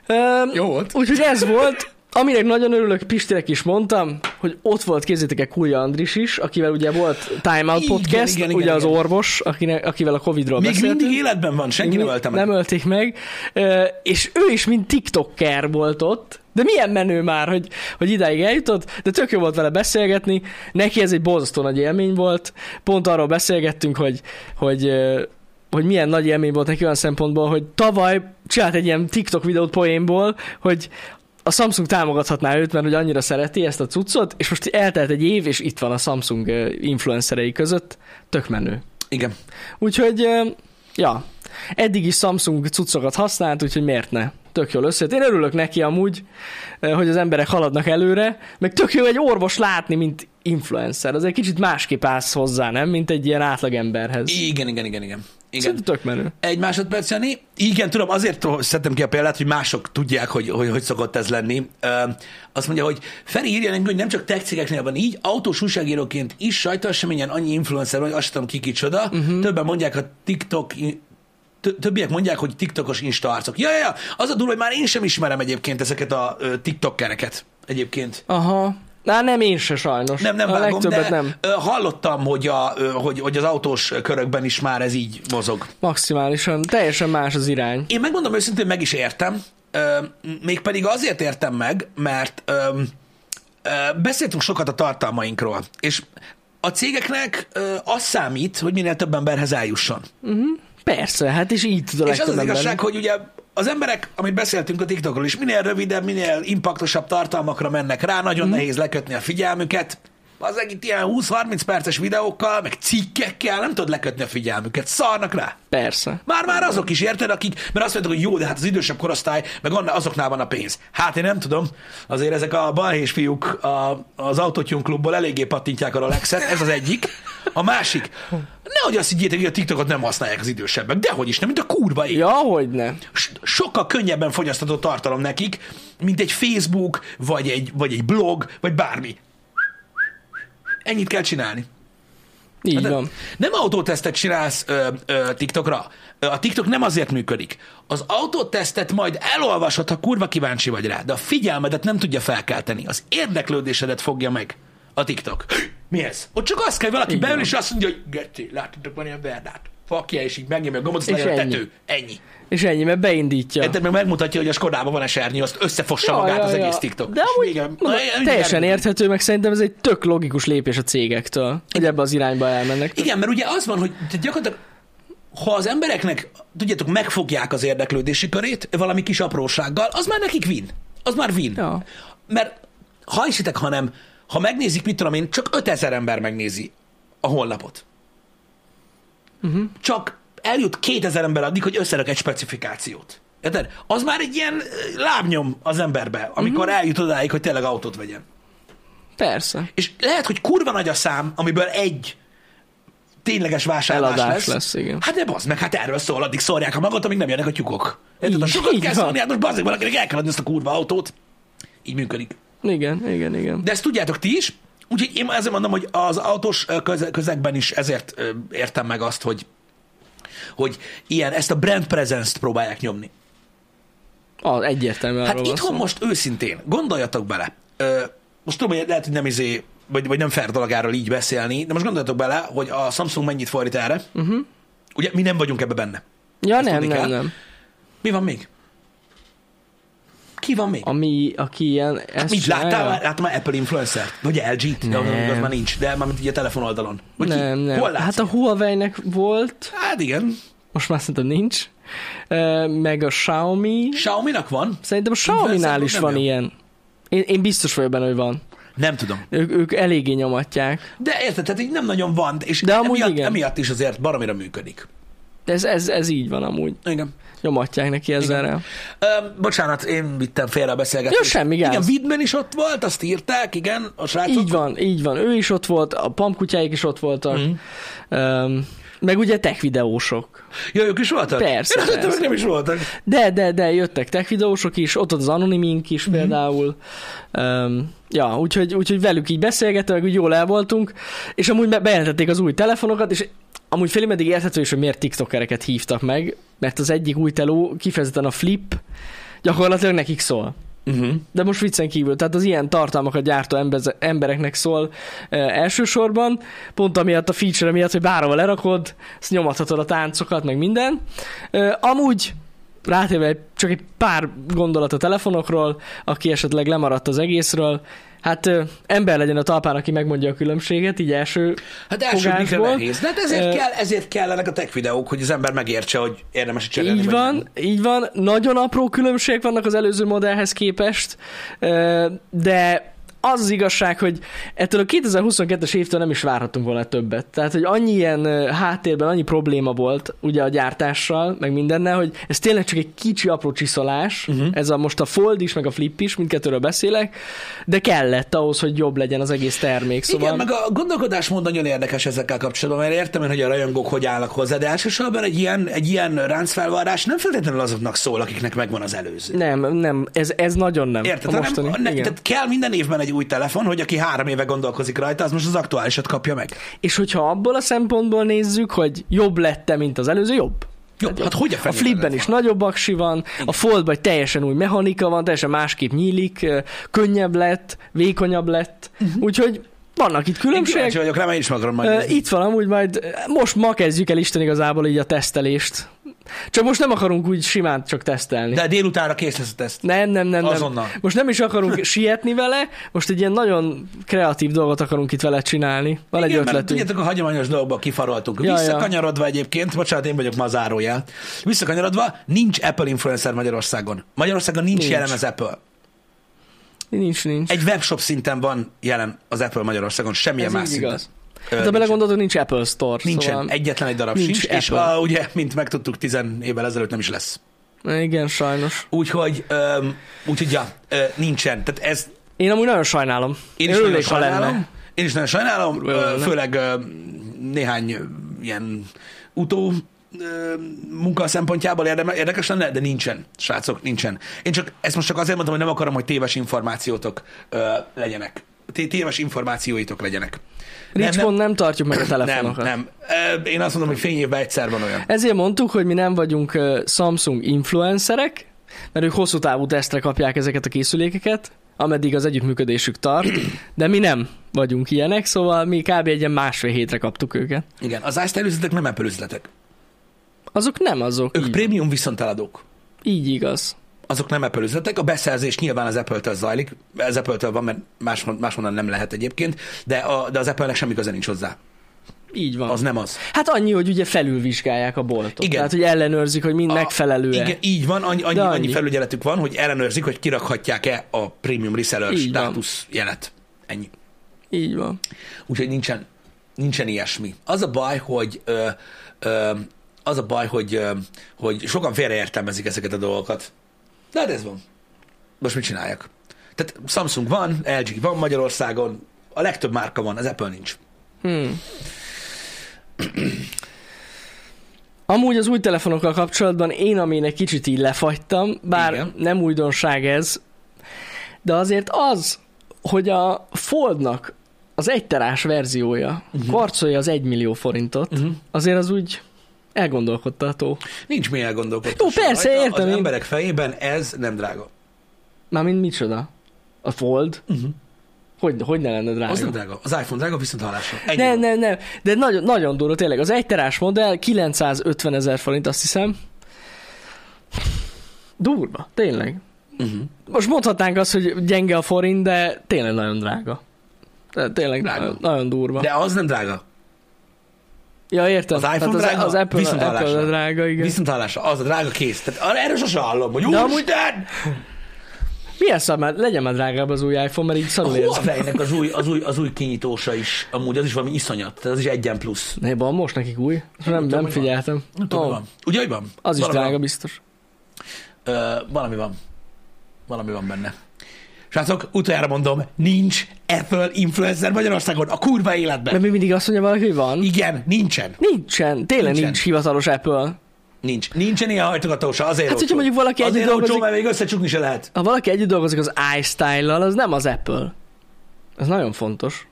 Um, Jó volt. Úgyhogy ez volt, aminek nagyon örülök, Pistirek is mondtam, hogy ott volt, képzétek el, Kulja Andris is, akivel ugye volt Time Out Igen, Podcast, igen, igen, igen, ugye az igen. orvos, akinek, akivel a Covid-ról Még beszéltünk. mindig életben van, senki nem Mi- ölte meg. Nem ölték meg. Ö, És ő is mint TikToker volt ott, de milyen menő már, hogy, hogy idáig eljutott, de tök jó volt vele beszélgetni. Neki ez egy borzasztó nagy élmény volt. Pont arról beszélgettünk, hogy, hogy, ö, hogy milyen nagy élmény volt neki olyan szempontból, hogy tavaly csinált egy ilyen TikTok videót poénból, hogy a Samsung támogathatná őt, mert ugye annyira szereti ezt a cuccot, és most eltelt egy év, és itt van a Samsung ö, influencerei között. Tök menő. Igen. Úgyhogy, ö, ja, eddig is Samsung cuccokat használt, úgyhogy miért ne? Tök jól összejött. Én örülök neki amúgy, ö, hogy az emberek haladnak előre, meg tök jó egy orvos látni, mint influencer. Az egy kicsit másképp állsz hozzá, nem? Mint egy ilyen átlagemberhez. Igen, igen, igen, igen. igen. Szerintem tök menő. Egy másodperc, Jani. Igen, tudom, azért szedtem ki a példát, hogy mások tudják, hogy hogy, hogy szokott ez lenni. Ö, azt mondja, hogy Feri írja nekünk, hogy nem csak tech cégeknél van így, autós újságíróként is sajtóeseményen annyi influencer van, hogy azt sem tudom ki kicsoda. Mhm. Uh-huh. Többen mondják a TikTok tö- többiek mondják, hogy TikTokos Insta arcok. Ja, ja, ja, az a durva, hogy már én sem ismerem egyébként ezeket a ö, TikTokkereket egyébként. Aha. Na nem én se sajnos. Nem, nem a vágom, legtöbbet de nem. ö, hallottam, hogy, a, ö, hogy, hogy az autós körökben is már ez így mozog. Maximálisan. Teljesen más az irány. Én megmondom őszintén, meg is értem. Ö, m- Mégpedig azért értem meg, mert ö, ö, beszéltünk sokat a tartalmainkról, és a cégeknek ö, az számít, hogy minél több emberhez eljusson. Persze, hát és így tud a És az legtöbb az ember. igazság, hogy ugye az emberek, amit beszéltünk a TikTokról is, minél rövidebb, minél impaktosabb tartalmakra mennek rá, nagyon mm. nehéz lekötni a figyelmüket. Az itt ilyen 20-30 perces videókkal, meg cikkekkel nem tudod lekötni a figyelmüket. Szarnak rá. Persze. Már már azok is érted, akik, mert azt mondták, hogy jó, de hát az idősebb korosztály, meg anna- azoknál van a pénz. Hát én nem tudom, azért ezek a balhés fiúk a, az Autotune klubból eléggé pattintják a Rolexet, ez az egyik. A másik, nehogy azt higgyétek, hogy a TikTokot nem használják az idősebbek, dehogy is nem, mint a kurva ég. Ja, hogy ne. S- Sokkal könnyebben fogyasztató tartalom nekik, mint egy Facebook, vagy egy, vagy egy blog, vagy bármi. Ennyit kell csinálni. Így Hát van. Nem autótesztet csinálsz ö, ö, TikTokra. Ö, A TikTok nem azért működik. Az autótesztet majd elolvasod, ha kurva kíváncsi vagy rá, de a figyelmedet nem tudja felkelteni. Az érdeklődésedet fogja meg a TikTok. Mi ez? Ott csak azt kell, valaki Így beül van. és azt mondja, hogy Geci, látjátok, van ilyen verdát. Fakja, és így megnyomja a gombot, az És legyen a ennyi. tető. Ennyi. És ennyi, mert beindítja. Érted, meg megmutatja, hogy a Skodában van esernyő, azt összefossa Ja, magát ja, az ja. egész TikTok. De És amúgy, vége. mondom, Na, igen, teljesen igen. érthető, meg szerintem ez egy tök logikus lépés a cégektől, hogy ebbe az irányba elmennek. Igen, mert ugye az van, hogy te gyakorlatilag ha az embereknek, tudjátok, megfogják az érdeklődési körét valami kis aprósággal, az már nekik win. Az már win. Ja. Mert ha hiszitek, hanem ha megnézik, mit tudom én, csak 5000 ember megnézi a honlapot. Uh-huh. Csak eljut 2000 ember addig, hogy összerak egy specifikációt. Érted? Az már egy ilyen ö, lábnyom az emberbe, amikor uh-huh. eljut odáig, hogy tényleg autót vegyen. Persze. És lehet, hogy kurva nagy a szám, amiből egy tényleges vásárlás Eladás lesz. lesz, igen. Hát de bazd meg, hát erről szól, addig szórják a magot, amíg nem jönnek a tyúkok. Érted? Ha Így- sokat így kell van. szólni, hát most bazd meg valakinek el kell adni ezt a kurva autót. Így működik. Igen, igen, igen. De ezt tudjátok ti is, úgyhogy én ezért mondom, hogy az autós ö, köze- közegben is ezért ö, értem meg azt, hogy hogy ilyen, ezt a brand presence-t próbálják nyomni. A, egyértelmű Hát arról van itthon szó. most őszintén, gondoljatok bele. Ö, most tudom, hogy lehet, hogy nem izé, vagy, vagy nem fair dolog erről így beszélni, de most gondoljatok bele, hogy a Samsung mennyit fordít erre. Uh-huh. Mhm. Ugye mi nem vagyunk ebbe benne. Ja, Ezt nem, tudni kell. nem, nem. Mi van még? Ki van még? Ami, aki ilyen... Ezt Hát Mit láttál csinálja? már, láttam már Apple influencert? Vagy LG-t? Nem. Nem. az már nincs, de már mint így a telefon oldalon. Vagy ki? Nem, nem. Hol hát hát, a Huawei-nek volt, hát igen, most már szerintem nincs, Ö, meg a Xiaomi. Xiaomi-nak van? Szerintem a Xiaomi-nál is nem van jön. ilyen. Én, én biztos vagyok benne, hogy van. Nem tudom. Ők, ők eléggé nyomatják. De érted, tehát így nem nagyon van, és De amúgy emiatt, igen. emiatt is azért baromira működik. De ez, ez, ez így van amúgy. Igen. Nyomatják neki ezzel rá. Öm, bocsánat, én vittem félre a beszélgetést. Jó, semmi gáz. Igen, Widman is ott volt, azt írták, igen, a srácok. Így van, így van. Ő is ott volt, a pampkutyáik is ott voltak. Mm. Um, meg ugye tech videósok. Ja, ők is voltak? Persze, Én azt hittem, persze. hogy nem is voltak. De, de, de jöttek tech videósok is, ott volt az anonimink is mm. például. Um, ja, úgyhogy, úgyhogy velük így beszélgettem, meg úgy jól el voltunk, és amúgy be- bejelentették az új telefonokat, és amúgy félig meddig érthető is, hogy miért tiktokereket hívtak meg, mert az egyik új teló, kifejezetten a Flip, gyakorlatilag nekik szól. Uh-huh. De most viccen kívül, tehát az ilyen tartalmakat gyártó emberze- embereknek szól e, elsősorban, pont amiatt a feature miatt, hogy bárhol lerakod, ezt nyomathatod a táncokat, meg minden. E, amúgy rátéve egy- csak egy pár gondolat a telefonokról, aki esetleg lemaradt az egészről, hát e, ember legyen a talpán, aki megmondja a különbséget, így első Hát első blikre fogásból. nehéz. De hát ezért, Ö, kell, ezért kellenek a tech videók, hogy az ember megértse, hogy érdemes itt cserélni. Így vagy van, nem. így van. Nagyon apró különbségek vannak az előző modellhez képest, ö, de az az igazság, hogy ettől a 2022-es évtől nem is várhatunk volna többet. Tehát, hogy annyi ilyen ö, háttérben annyi probléma volt ugye a gyártással, meg mindennel, hogy ez tényleg csak egy kicsi apró csiszolás, Mhm. uh-huh. ez a most a fold is, meg a flip is, mindkettőről beszélek, de kellett ahhoz, hogy jobb legyen az egész termék. Szóval... Igen, meg a gondolkodásmód nagyon érdekes ezekkel kapcsolatban, mert értem én, hogy a rajongók hogy állnak hozzá, de elsősorban egy ilyen, egy ilyen ráncfelvarrás nem feltétlenül azoknak szól, akiknek megvan az előző. Nem, nem, ez, ez nagyon nem. Érted? a hanem mostani. ne, Igen. tehát kell minden évben egy új telefon, hogy aki három éve gondolkozik rajta, az most az aktuálisat kapja meg. És hogyha abból a szempontból nézzük, hogy jobb lett-e, mint az előző, jobb. Jó, hát hogy a A fenében flipben lett is volna? nagyobb aksi van, a foldban egy teljesen új mechanika van, teljesen másképp nyílik, ö, könnyebb lett, vékonyabb lett, Mhm. úgyhogy vannak itt Én kíváncsi különbségek. vagyok rá, mert én is meg akarom majd Ö, nézni. Itt van amúgy majd, most ma kezdjük el Isten igazából így a tesztelést. Csak most nem akarunk úgy simán csak tesztelni. De délutánra kész lesz a teszt. Nem, nem, nem, nem. Azonnal. Most nem [LAUGHS] is akarunk sietni vele, most egy ilyen nagyon kreatív dolgot akarunk itt vele csinálni. Van egy Igen, mert ötletünk. tudjátok, a hagyományos dolgokba kifaroltunk. Ja, ja. Visszakanyarodva egyébként, bocsánat, én vagyok ma a zárójel. Visszakanyarodva, nincs Apple influencer Magyarországon. Magyarországon nincs, Nincs. jelen az Apple. Nincs, nincs. Egy webshop szinten van jelen az Apple Magyarországon, semmilyen Ez más így szinten. igaz. Ö, Hát ha nincs. belegondolod, nincs Apple Store. Nincsen, Szóval... egyetlen egy darab nincs sincs, és Apple. a, ugye, mint megtudtuk, 10 évvel ezelőtt nem is lesz. Igen, sajnos. Úgyhogy, öm, úgyhogy ja, ö, nincsen. Tehát ez, Én amúgy nagyon sajnálom. Én is nagyon Örülnék, ha sajnálom. lenne. Én is nagyon sajnálom, Kurva jó ö, lenne. főleg ö, néhány ö, ilyen utó ö, munka szempontjából érdeme- érdekes lenne, de nincsen, srácok, nincsen. Én csak ezt most csak azért mondtam, hogy nem akarom, hogy téves információtok ö, legyenek té- téves információitok legyenek. Nem, Ricskon nem, nem tartjuk meg a nem, telefonokat. nem. Ö, Én azt mondom, hogy fényévben egyszer van olyan. Ezért mondtuk, hogy mi nem vagyunk ö, Samsung influencerek, mert ők hosszú távú tesztre kapják ezeket a készülékeket, ameddig az együttműködésük tart, de mi nem vagyunk ilyenek, szóval mi kb. egy ilyen másfél hétre kaptuk őket. Igen, az iStyle üzletek nem Apple üzletek. Azok nem azok. Ők így, prémium viszonteladók. így igaz. Azok nem Apple üzletek. A beszerzés nyilván az Apple-től zajlik. Az Apple-től van, mert más, máshonnan nem lehet egyébként, de, a, de az Apple-nek semmi köze nincs hozzá. Így van. Az nem az. Hát annyi, hogy ugye felülvizsgálják a boltot. Igen. Igen. Tehát, hogy ellenőrzik, hogy mind A- megfelelő Igen, így van, annyi, annyi, De annyi. annyi. annyi felügyeletük van, hogy ellenőrzik, hogy kirakhatják-e a premium reseller Így van. státusz jelet. Ennyi. Így van. Úgyhogy nincsen, nincsen ilyesmi. Az a baj, hogy ö, ö, az a baj, hogy, ö, hogy sokan félreértelmezik ezeket a dolgokat. De hát ez van. Most mit csináljak? Tehát Samsung van, LG van Magyarországon, a legtöbb márka van, az Apple nincs. Hmm. Amúgy az új telefonokkal kapcsolatban én, amin egy kicsit így lefagytam, bár Igen. Igen. nem újdonság ez, de azért az, hogy a Foldnak az egyterás verziója Mhm. uh-huh. karcolja az 1 millió forintot, uh-huh. azért az úgy elgondolkodtató. Nincs mi elgondolkodni. Jó, persze, értem Az én. emberek fejében ez nem drága. Mármint micsoda? A Fold? Uh-huh. Hogy, hogy ne lenne Mhm. drága? Az nem drága. Az iPhone drága, viszont hallásra. Ennyi Nem, van. nem, nem. De nagyon, nagyon durva, tényleg. Az egyterás modell 950 ezer forint, azt hiszem. Durva, tényleg. Uh-huh. Most mondhatnánk azt, hogy gyenge a forint, de tényleg nagyon drága. De tényleg Drága. drága. nagyon durva. De... De az nem drága. Ja, értem. Az iPhone az, drága, az Apple, viszont Apple hallásra. a drága, igen. Viszont... Viszont hallásra. Az a drága kész. Tehát ar- erről sose hallom, hogy De amúgy- úristen! Milyen szar már, legyen már drágább az új iPhone, mert így A szarul érzem. Huawei-nek az új, az, új, az új kinyitósa is, amúgy az is valami iszonyat, tehát az is egyen plusz. Ne, van most nekik új? Nem, nem, tudom, nem hogy van. figyeltem. Nem tudom, Ó, mi van. Ugye, hogy van? Az is valami drága, Van. biztos. Ö, valami van. Valami van benne. Srácok, utoljára mondom, nincs Apple influencer Magyarországon a kurva életben. De mi mindig azt mondja valaki, hogy van? Igen, nincsen. Nincsen, tényleg Nincsen. nincs, hivatalos Apple. Nincs. Nincsen ilyen hajtogatósa, azért Hát, hogyha mondjuk valaki Azért együtt olcsó, dolgozik- mert még összecsukni se lehet. Ha valaki együtt dolgozik az iStyle-lal, az nem az Apple. Ez nagyon fontos.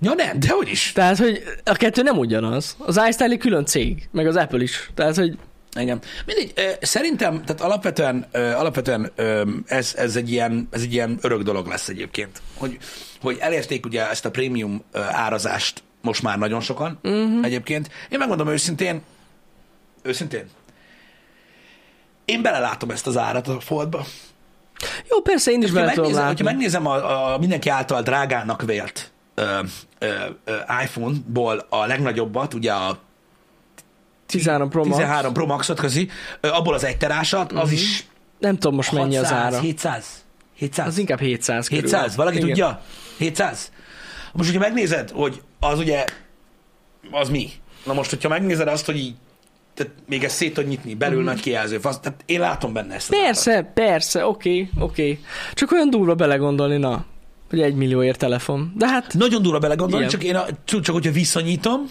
Ja nem, de hogy is. Tehát, hogy a kettő nem ugyanaz. Az iStyle egy külön cég, meg az Apple is. Tehát, hogy Igen. Mindegy, ö, szerintem, tehát alapvetően, ö, alapvetően ö, ez, ez, egy ilyen, ez egy ilyen örök dolog lesz egyébként, hogy, hogy elérték ugye ezt a prémium ö, árazást most már nagyon sokan Mhm. uh-huh. egyébként. Én megmondom őszintén, őszintén, én belelátom ezt az árat a foldba. jó, persze én is Ha bele tudom megnézem, látni. hogyha megnézem a, a mindenki által drágának vélt ö, ö, ö, iPhone-ból a legnagyobbat, ugye a 13 Pro Max. Mhm. 13 Pro Maxot közi, ö, abból az egyterásat, az is Nem tudom most mennyi az 600, ára. 700? 700? Az inkább 700 körül. 700? Valaki Igen. tudja? 700? Most, hogyha megnézed, hogy az ugye, az mi? Na most, hogyha megnézed azt, hogy így, tehát még ezt szét tud nyitni, belül nagy kijelző, fasz, tehát én látom benne ezt. az árat. Mhm. Persze, persze, oké, oké. Csak olyan durva belegondolni, na, hogy egy millióért telefon. De hát Nagyon durva belegondolni, Igen. csak én, a, csak, csak hogyha viszonyítom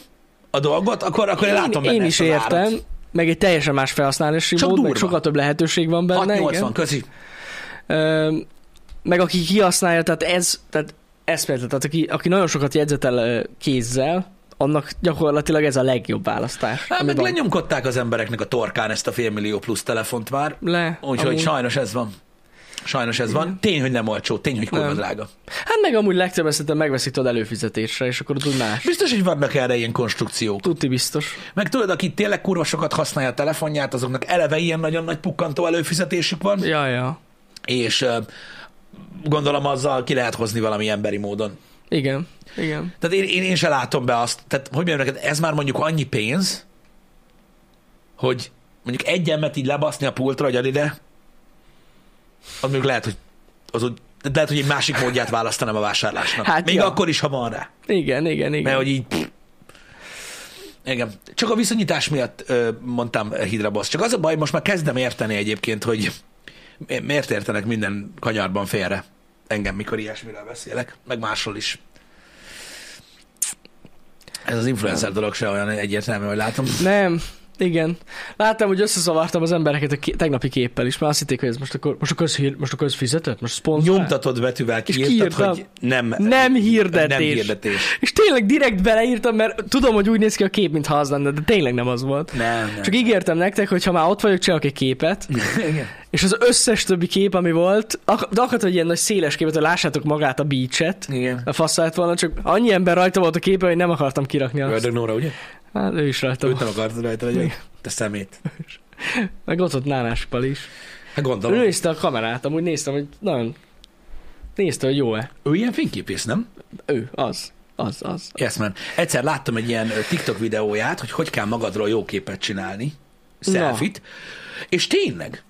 a dolgot, akkor, akkor én, látom benne én ezt is az értem, árat. meg egy teljesen más felhasználási Csak mód, meg durva. sokkal több lehetőség van benne. 680, közi. Ö, meg aki kihasználja, tehát ez, tehát ez például, tehát aki, aki nagyon sokat jegyzetel ö, kézzel, annak gyakorlatilag ez a legjobb választás. Hát ami meg van. lenyomkodták az embereknek a torkán ezt a félmillió plusz telefont már. Le, Úgyhogy amúgy. sajnos ez van. Sajnos ez van. Tény, hogy nem olcsó, tény, hogy kurva Nem. drága. Hát meg amúgy legtöbb esetben megveszik tudod előfizetésre, és akkor tud más. Biztos, hogy vannak erre ilyen konstrukciók. Tudti biztos. Meg tudod, aki tényleg kurva sokat használja a telefonját, azoknak eleve ilyen nagyon nagy pukkantó előfizetésük van, Ja, ja. és ö, gondolom azzal ki lehet hozni valami emberi módon. Igen, igen. Tehát én, én, én se látom be azt, tehát hogy mondjam neked, ez már mondjuk annyi pénz, hogy mondjuk egy emet így lebaszni a pultra, hogy ad ide, az mondjuk lehet, hogy az úgy, tehát lehet, hogy egy másik módját választanám a vásárlásnak. Hát Még ja. akkor is, ha van rá. Igen, igen, igen. Mert hogy így... pff. Igen. Csak a viszonyítás miatt ö, mondtam ö, hidra bassz. Csak az a baj, most már kezdem érteni egyébként, hogy mi- miért értenek minden kanyarban félre engem, mikor ilyesmiről beszélek, meg másról is. Ez az influencer dolog se olyan egyértelmű, hogy látom. Nem, Igen. Láttam, hogy összezavartam az embereket a ké- tegnapi képpel is, mert azt hitték, hogy ez most akkor, most a közhír, most a közfizetett, most szponzor. Nyomtatott betűvel És kiírtad, kiírtam. hogy nem, Nem hirdetés. Nem hirdetés. És tényleg direkt beleírtam, mert tudom, hogy úgy néz ki a kép, mintha az lenne, de tényleg nem az volt. Nem, nem. Csak ígértem nektek, hogy ha már ott vagyok, csinálok egy képet, Igen. és az összes többi kép, ami volt, ak- de akart egy ilyen nagy széles képet, hogy lássátok magát a beachet, Igen. a fasz lett volna, csak annyi ember rajta volt a képen, hogy nem akartam kirakni azt. Ördög Nóra, ugye? Hát ő is rajta Őt volt. nem akartad rajta legyen. Te szemét. Meg ott ott Nánás Pali is. Hát Ő gondolom. Ő, nézte a kamerát, amúgy néztem, hogy nagyon... Nézte, hogy jó-e. ő ilyen fényképész, nem? Ő, az. Az, az. Yes, man. Egyszer láttam egy ilyen ö, TikTok videóját, hogy hogy kell magadról jó képet csinálni, selfit, és tényleg,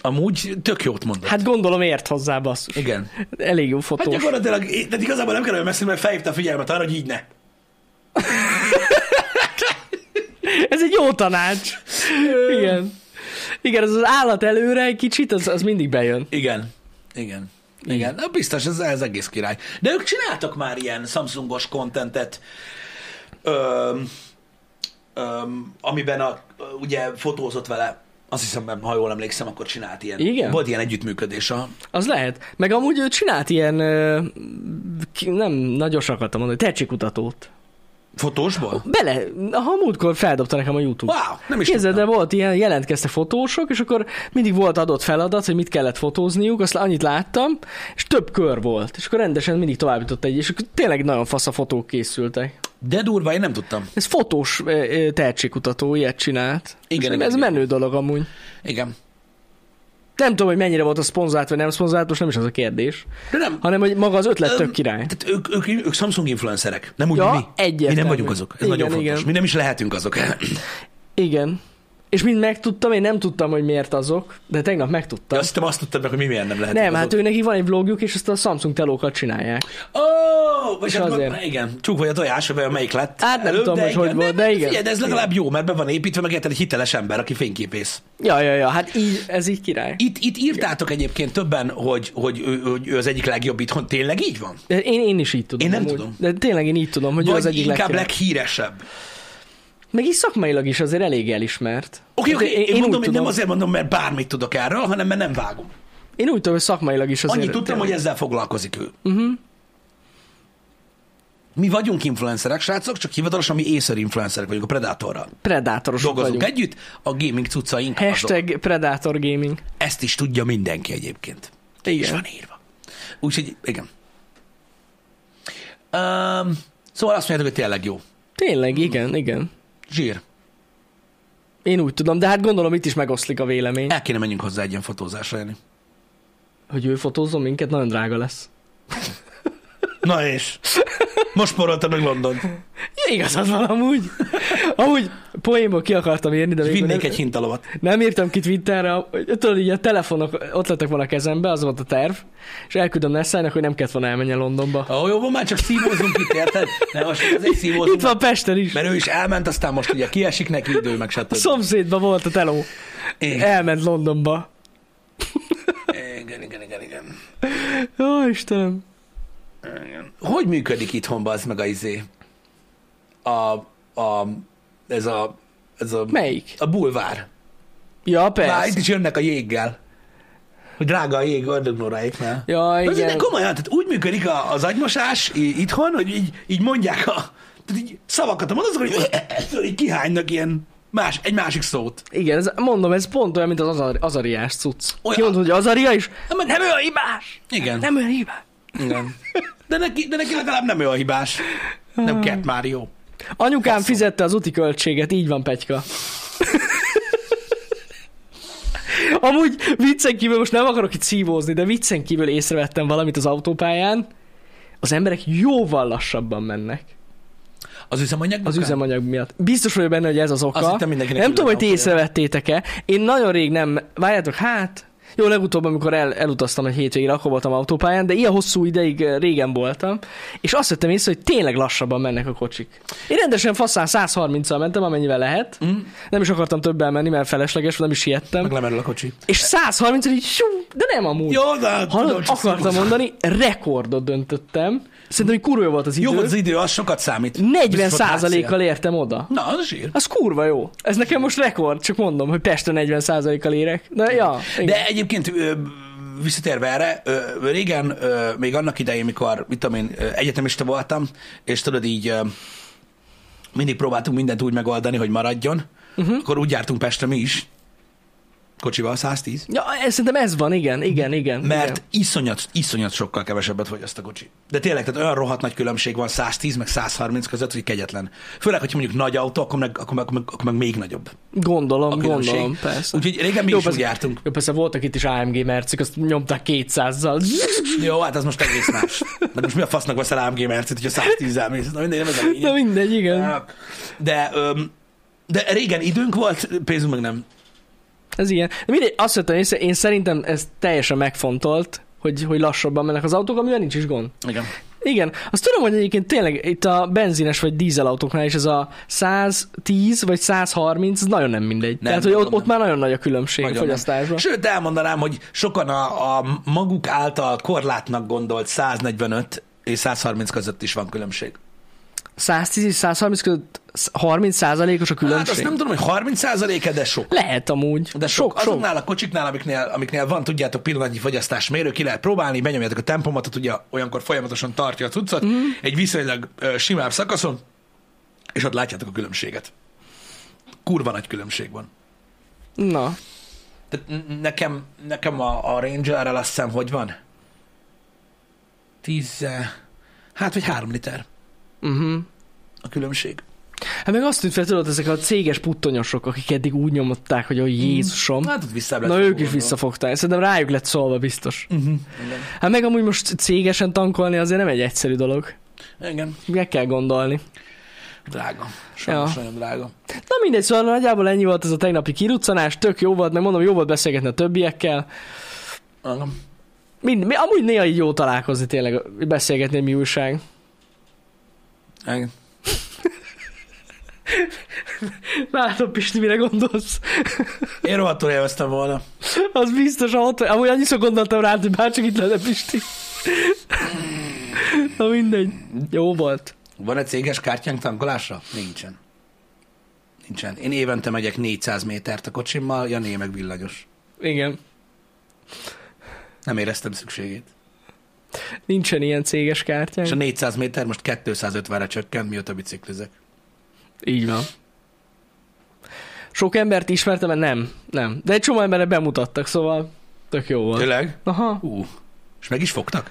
amúgy tök jót mondott. Hát gondolom ért hozzá, basszus. Igen. Elég jó Hát fotós. gyakorlatilag, de igazából nem kell olyan messzire, mert felhívta a figyelmet arra, hogy így ne. Ez egy jó tanács. Igen. Igen, az az állat előre egy kicsit, az, az mindig bejön. Igen. Igen. Igen, Na, biztos, ez, ez egész király. De ők csináltak már ilyen Samsungos kontentet, öm, öm, amiben a, ugye fotózott vele, azt hiszem, mert ha jól emlékszem, akkor csinált ilyen. Igen? Volt ilyen együttműködés a... Az lehet. Meg amúgy ő csinált ilyen, ö, ki- nem nagyos akartam mondani, tehetségkutatót. Fotósból? Bele, ha múltkor feldobta nekem a YouTube. Wow, nem is Képzeld, de tudtam. volt ilyen, jelentkeztek fotósok, és akkor mindig volt adott feladat, hogy mit kellett fotózniuk, azt annyit láttam, és több kör volt, és akkor rendesen mindig továbbított egy, és akkor tényleg nagyon fasz a fotók készültek. De durva, én nem tudtam. Ez fotós ö, ö, tehetségkutató ilyet csinált. Igen, és igen, ez igen. menő dolog amúgy. Igen. Nem tudom, hogy mennyire volt a szponzált, vagy nem szponzált, most nem is az a kérdés, De nem. hanem hogy maga az ötlet Öm, tök király. Tehát ők, ők, ők Samsung influencerek, nem úgy, Ja, mint mi. Mi nem egyértelmű. vagyunk azok. Ez Igen, nagyon fontos. igen. Mi nem is lehetünk azok. Igen. És mind megtudtam, én nem tudtam, hogy miért azok, de tegnap megtudtam. De azt hittem, azt tudtad meg, hogy mi miért nem lehetünk Nem, hát azok. ő neki van egy vlogjuk, és azt a Samsung telókat csinálják. Ó, oh, vagy És hát azért. azért. igen, csuk vagy a tojás, vagy melyik lett. Hát nem tudom, de hogy igen, hogy volt, de igen. Figyelj, de ez legalább jó, mert be van építve, meg érted, egy hiteles ember, aki fényképész. Ja, ja, ja, hát így, ez így király. Itt, itt írtátok egyébként többen, hogy, hogy, ő, hogy ő az egyik legjobb itthon. Tényleg így van? De Én, én is így tudom. Én nem amúgy. tudom. De tényleg én így tudom, hogy ő Vagy az egyik inkább legkirály. leghíresebb. Meg így szakmailag is azért elég elismert. Oké, Hát oké, én, úgy mondom, én tudom, nem azért mondom, mert bármit tudok erről, hanem mert nem vágom. Én úgy tudom, hogy szakmailag is azért... Annyit tudtam, hogy tényleg. ezzel foglalkozik ő. Uh-huh. Mhm. Mi vagyunk influencerek, srácok, csak hivatalosan mi észre influencerek vagyunk, a Predatorral. Predátorosok Dolgozunk vagyunk. együtt, a gaming cuccaink azok. Hashtag Predator Gaming. Ezt is tudja mindenki egyébként. Igen. És van írva. Úgyhogy, igen. Um, szóval azt mondjátok, hogy tényleg jó. Hmm. Tényleg, igen, igen. Zsír. Én úgy tudom, de hát gondolom itt is megoszlik a vélemény, El kéne menjünk hozzá egy ilyen fotózásra, Jani. hogy ő fotózom minket, nagyon drága lesz. Na és? Most poroltad meg London. Ja, igazad van amúgy. [LAUGHS] Amúgy poénból ki akartam írni, de végül nem, Vinnék egy hintalovat. nem írtam ki Twitterre. Tudod, így a telefonok ott lettek volna a kezembe, az volt a terv, és elküldöm Nessának, hogy nem kellett volna elmenjen Londonba. Ó, jó, van, már csak szívózunk itt, érted? Ne, most azért szívózunk. Itt van Pesten is. Mert ő is elment, aztán most ugye kiesik neki idő, meg A stb. szomszédban volt a teló. igen, Elment Londonba. igen, igen, igen, igen. Ó, Istenem. Hogy működik itthon az meg a izé? A, a, ez a, ez a... Melyik? A bulvár. Ja, Már persze. itt is jönnek a jéggel. Hogy drága a jég, ördögnoráik, nem? Ja, Az igen. De komolyan, tehát úgy működik a, az agymosás i- itthon, hogy így, így mondják a... Tehát így szavakat mondanak, hogy [COUGHS] így kihánynak ilyen más, egy másik szót. Igen, ez, mondom, ez pont olyan, mint az azar, azariás cucc. Olyan. Olyan. Kimondod, hogy azaria is? Nem, Nem olyan hibás! Igen. Nem olyan hibás! Igen. [LAUGHS] De neki, de neki legalább nem ő a hibás. Hmm. Nem Cat Mario. Anyukám fizette az úti költséget, így van, Petyka. Amúgy viccen kívül, most nem akarok itt szívózni, de viccen kívül észrevettem valamit az autópályán, az emberek jóval lassabban mennek Az üzemanyag? az üzemanyag miatt. Biztos vagyok benne, hogy ez az Azt oka. hittem, mindenkinek nem tudom, hogy ti villanyautó jön. észrevettétek-e. Én nagyon rég nem... Várjátok, hát... Jó, legutóbb, amikor el, elutaztam egy hétvégére, akkor voltam autópályán, de ilyen hosszú ideig eh, régen voltam, és azt vettem észre, hogy tényleg lassabban mennek a kocsik. Én rendesen faszán 130-al mentem, amennyivel lehet. Mhm. Mm. Nem is akartam többen menni, mert felesleges, volt, nem is siettem. Meg lemerül a kocsi. És 130 így sú, De nem amúgy. Jó, de Hallod, csak akartam szórakozom. mondani, rekordot döntöttem. Szerintem, hogy kurva jó volt az idő. Jó volt az idő, az sokat számít. Biztos hát volt 40%-kal hátszél. értem oda. Na, az zsír. Az kurva jó. Ez nekem most rekord, csak mondom, hogy Pesten 40%-kal érek. De ja, igen. De egyébként ö, visszatérve erre, ö, régen, ö, még annak idején, mikor, mit tudom én, ö, egyetemista voltam, és tudod így ö, mindig próbáltunk mindent úgy megoldani, hogy maradjon, Mhm. uh-huh. akkor úgy jártunk Pestre mi is, kocsival 110, Ja, ez, szerintem ez van, igen, igen, igen. mert igen. iszonyat, iszonyat sokkal kevesebbet fogyaszt a kocsi. De tényleg, tehát olyan rohadt nagy különbség van 110 meg 130 között, hogy kegyetlen. Főleg, hogyha mondjuk nagy autó, akkor meg, akkor meg, akkor meg, akkor meg még nagyobb. Gondolom, A különbség. gondolom, persze. Úgyhogy régen mi Jó, is úgy persze. jártunk. Jó, persze voltak itt is AMG mercik, azt nyomták 200-zal. Jó, hát az most egész más. De most mi a fasznak veszel AMG mercet, hogyha 110-el mész? Na mindegy, nem ez a De lényeg. mindegy, igen. De, öm, de régen időnk volt, pénzünk meg nem. Ez ilyen. De mindegy, azt vettem észre, én szerintem ez teljesen megfontolt, hogy, hogy lassabban mennek az autók, amivel nincs is gond. Igen. Igen, azt tudom, hogy egyébként tényleg itt a benzines vagy dízelautóknál is ez a 110 vagy 130, ez nagyon nem mindegy. Nem, Tehát, hogy nagyon ott, ott már nagyon nagy a különbség a Nagyon fogyasztásban. nem. Sőt, elmondanám, hogy sokan a, a maguk által korlátnak gondolt 145 és 130 között is van különbség. 110 és 130 között 30 százalékos a Hát azt különbség? nem tudom, hogy 30 százaléke, de sok. Lehet amúgy. De sok, sok, azoknál a kocsiknál, amiknél, amiknél van, tudjátok, pillanatnyi fogyasztás mérő, ki lehet próbálni, benyomjátok a tempomatot, ugye olyankor folyamatosan tartja a cuccot, Mhm. mm. egy viszonylag ö, simább szakaszon, és ott látjátok a különbséget. Kurva nagy különbség van. Na, Tehát n- nekem, nekem a, a Rangerrel azt hiszem, hogy van? 10, hát vagy 3 liter uh-huh. a különbség. Hát meg azt tűnt fel, tudod, ezek a céges puttonyosok, akik eddig úgy nyomották, hogy a Jézusom. Mhm. Hát ott vissza Na ők is visszafogták. Szerintem rájuk lett szólva biztos. Uh-huh. Hát meg amúgy most cégesen tankolni azért nem egy egyszerű dolog. Igen, Meg kell gondolni. drága. Sajnos Ja. nagyon drága. Na mindegy, szóval nagyjából ennyi volt ez a tegnapi kiruccanás, tök jó volt, meg mondom, jó volt beszélgetni a többiekkel. Igen. Mind, mi- amúgy néha így jó találkozni tényleg, beszélgetni, hogy mi újság. Igen. Látom, Pisti, mire gondolsz. Én rohadtul élveztem volna. Az biztos, a hat... amúgy annyiszor gondoltam rád, hogy bárcsak itt lenne Pisti. Na mindegy. Jó volt. Van-e céges kártyánk tankolásra? Nincsen. Nincsen. Én évente megyek 400 métert a kocsimmal, Jané meg villanyos. Igen. Nem éreztem szükségét. Nincsen ilyen céges És a kártyánk. 400 méter most 250-re csökkent, mióta biciklizek. Így van. Sok embert ismertem, mert nem, nem. De egy csomó emberre bemutattak, szóval tök jó volt. Tényleg? Aha, Ú, és meg is fogtak?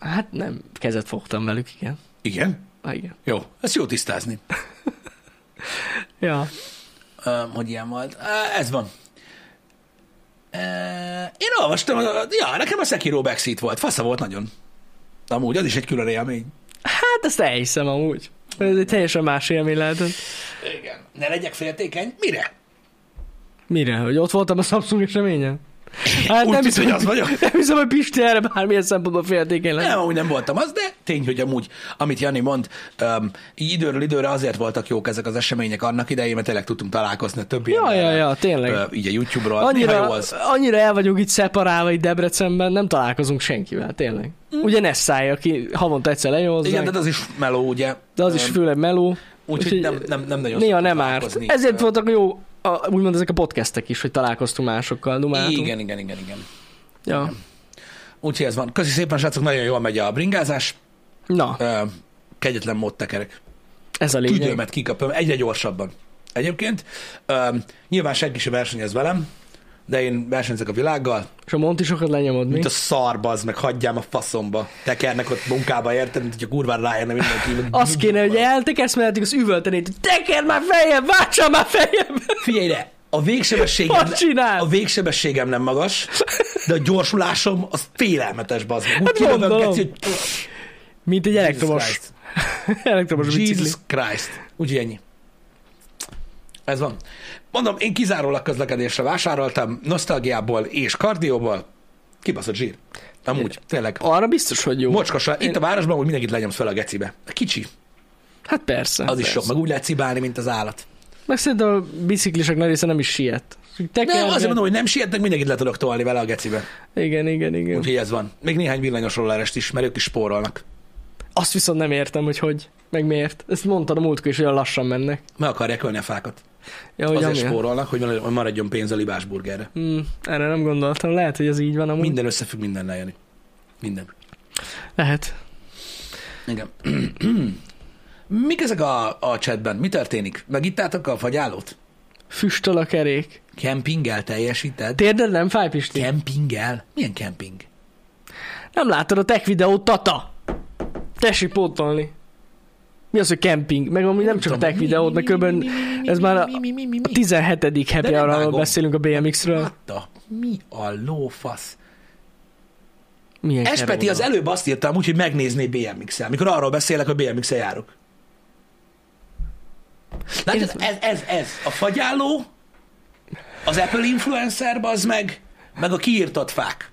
hát nem, kezet fogtam velük, igen. Igen? Ah, igen. Jó, ezt jó tisztázni, Ja. Ö, Um, hogy ilyen volt. Ö, Ez van. Ö, Én olvastam, ja, nekem a Sekiro backseat volt, fasza volt nagyon. Amúgy, az is egy külön élmény. Hát ezt elhiszem amúgy. Ez egy teljesen más élmény lehetett. Igen. Ne legyek féltékeny, mire? Mire? Hogy ott voltam a Samsung eseményen? Hát Úgy nem tűz, hiszem, hogy az vagyok. nem hiszem, hogy Pisti erre bármilyen szempontból féltékeny lenne. Nem, amúgy nem voltam az, de tény, hogy amúgy, amit Jani mond, um, így időről időre azért voltak jók ezek az események annak idején, mert tényleg tudtunk találkozni a többi Ja, ja, emberrel, ja, tényleg. ö, így a YouTube-ról. Néha Annyira, jó az. annyira el vagyunk itt szeparálva itt Debrecenben, nem találkozunk senkivel, tényleg. Ugye Nessai, aki havonta egyszer lejön hozzánk, Mm. Igen, de az is meló, ugye? de az is Öm, főleg meló. Úgyhogy nem, nem, nem nagyon Néha szoktunk nem árt. találkozni. Ezért Ö, voltak jó, a, úgymond ezek a podcastek is, hogy találkoztunk másokkal, dumáltunk. Igen, igen, igen, igen. Ja. Úgyhogy ez van. Köszi szépen, srácok, nagyon jól megy a bringázás. Na, Ö, Kegyetlen mód tekerek. ez a lényeg. tüdőmet kikapom, egyre gyorsabban. Egyébként um, nyilván senki sem versenyez velem, de én versenyzek a világgal, És a Monti sokat lenyomod, mi? mint a szarba az, meg hagyjám a faszomba. Tekernek ott munkába, érted, mint hogyha kurvára rájönne mindenki. Azt kéne, hogy eltekersz mellettük, az üvöltenéd, hogy tekerd már feljebb, váltsál már feljebb! Figyelj ide, a végsebességem, Hogy csinálsz? a végsebességem nem magas, de a gyorsulásom az félelmetes, bazd meg. Úgy Hát kilövöm, gondolom. geci, hogy Mint egy Jesus elektromos, Christ. [LAUGHS] elektromos bicikli. Jesus Christ. Úgyhogy ennyi. Ez van. Mondom, én kizárólag közlekedésre vásároltam, nosztalgiából és kardióból. Kibaszott zsír. Amúgy, tényleg. Arra biztos, hogy jó. Mocskasa, itt a városban, hogy mindenkit lenyomsz fel a gecibe. Kicsi, Hát persze. az is persze. sok, meg úgy lehet cibálni, mint az állat. Meg szerintem a biciklisek nagy része nem is siet. Te Nem, kell- azért mondom, hogy nem sietnek, mindenkit le tudok tolni vele a gecibe. Igen, igen, igen. Úgyhogy ez van. Még néhány villanyos rollerest is, mert ők is spórolnak. Azt viszont nem értem, hogy hogy, meg miért. Ezt mondtad a múltkor is, hogy olyan lassan mennek. Meg akarják ölni a fákat. Ja, hogy Azért amiatt. spórolnak, hogy mar- maradjon pénz a libás burgerre. Hmm, erre nem gondoltam. Lehet, hogy ez így van amúgy. Minden összefügg mindennel, Jani. Minden. Lehet. Igen. [CLEARS THROAT] Mik ezek a, a chatben? Mi történik? Megittátok a fagyálót? Füstöl a kerék. Kempinggel teljesíted? Térded nem fáj, Pisti? Kempinggel? Milyen kemping? Nem látod a tech videót, Tata? Tessék pótolni. Mi az, hogy camping? Meg amúgy nem csak a tudom, tech mi, videót, mi, meg mi, mi, kb. mi, mi, mi, ez mi, már a- mi, mi, mi, mi, a mi? 17. happy nem hour vágom. beszélünk a BMX-ről. Atta, mi a lófasz? Milyen Espeti keróla. az előbb azt írtam úgy, hogy megnézné BMX-el, mikor arról beszélek, hogy BMX-el járok. Látod, ez, ez, ez. A fagyálló, az Apple influencer, az meg, meg a kiírtott fák.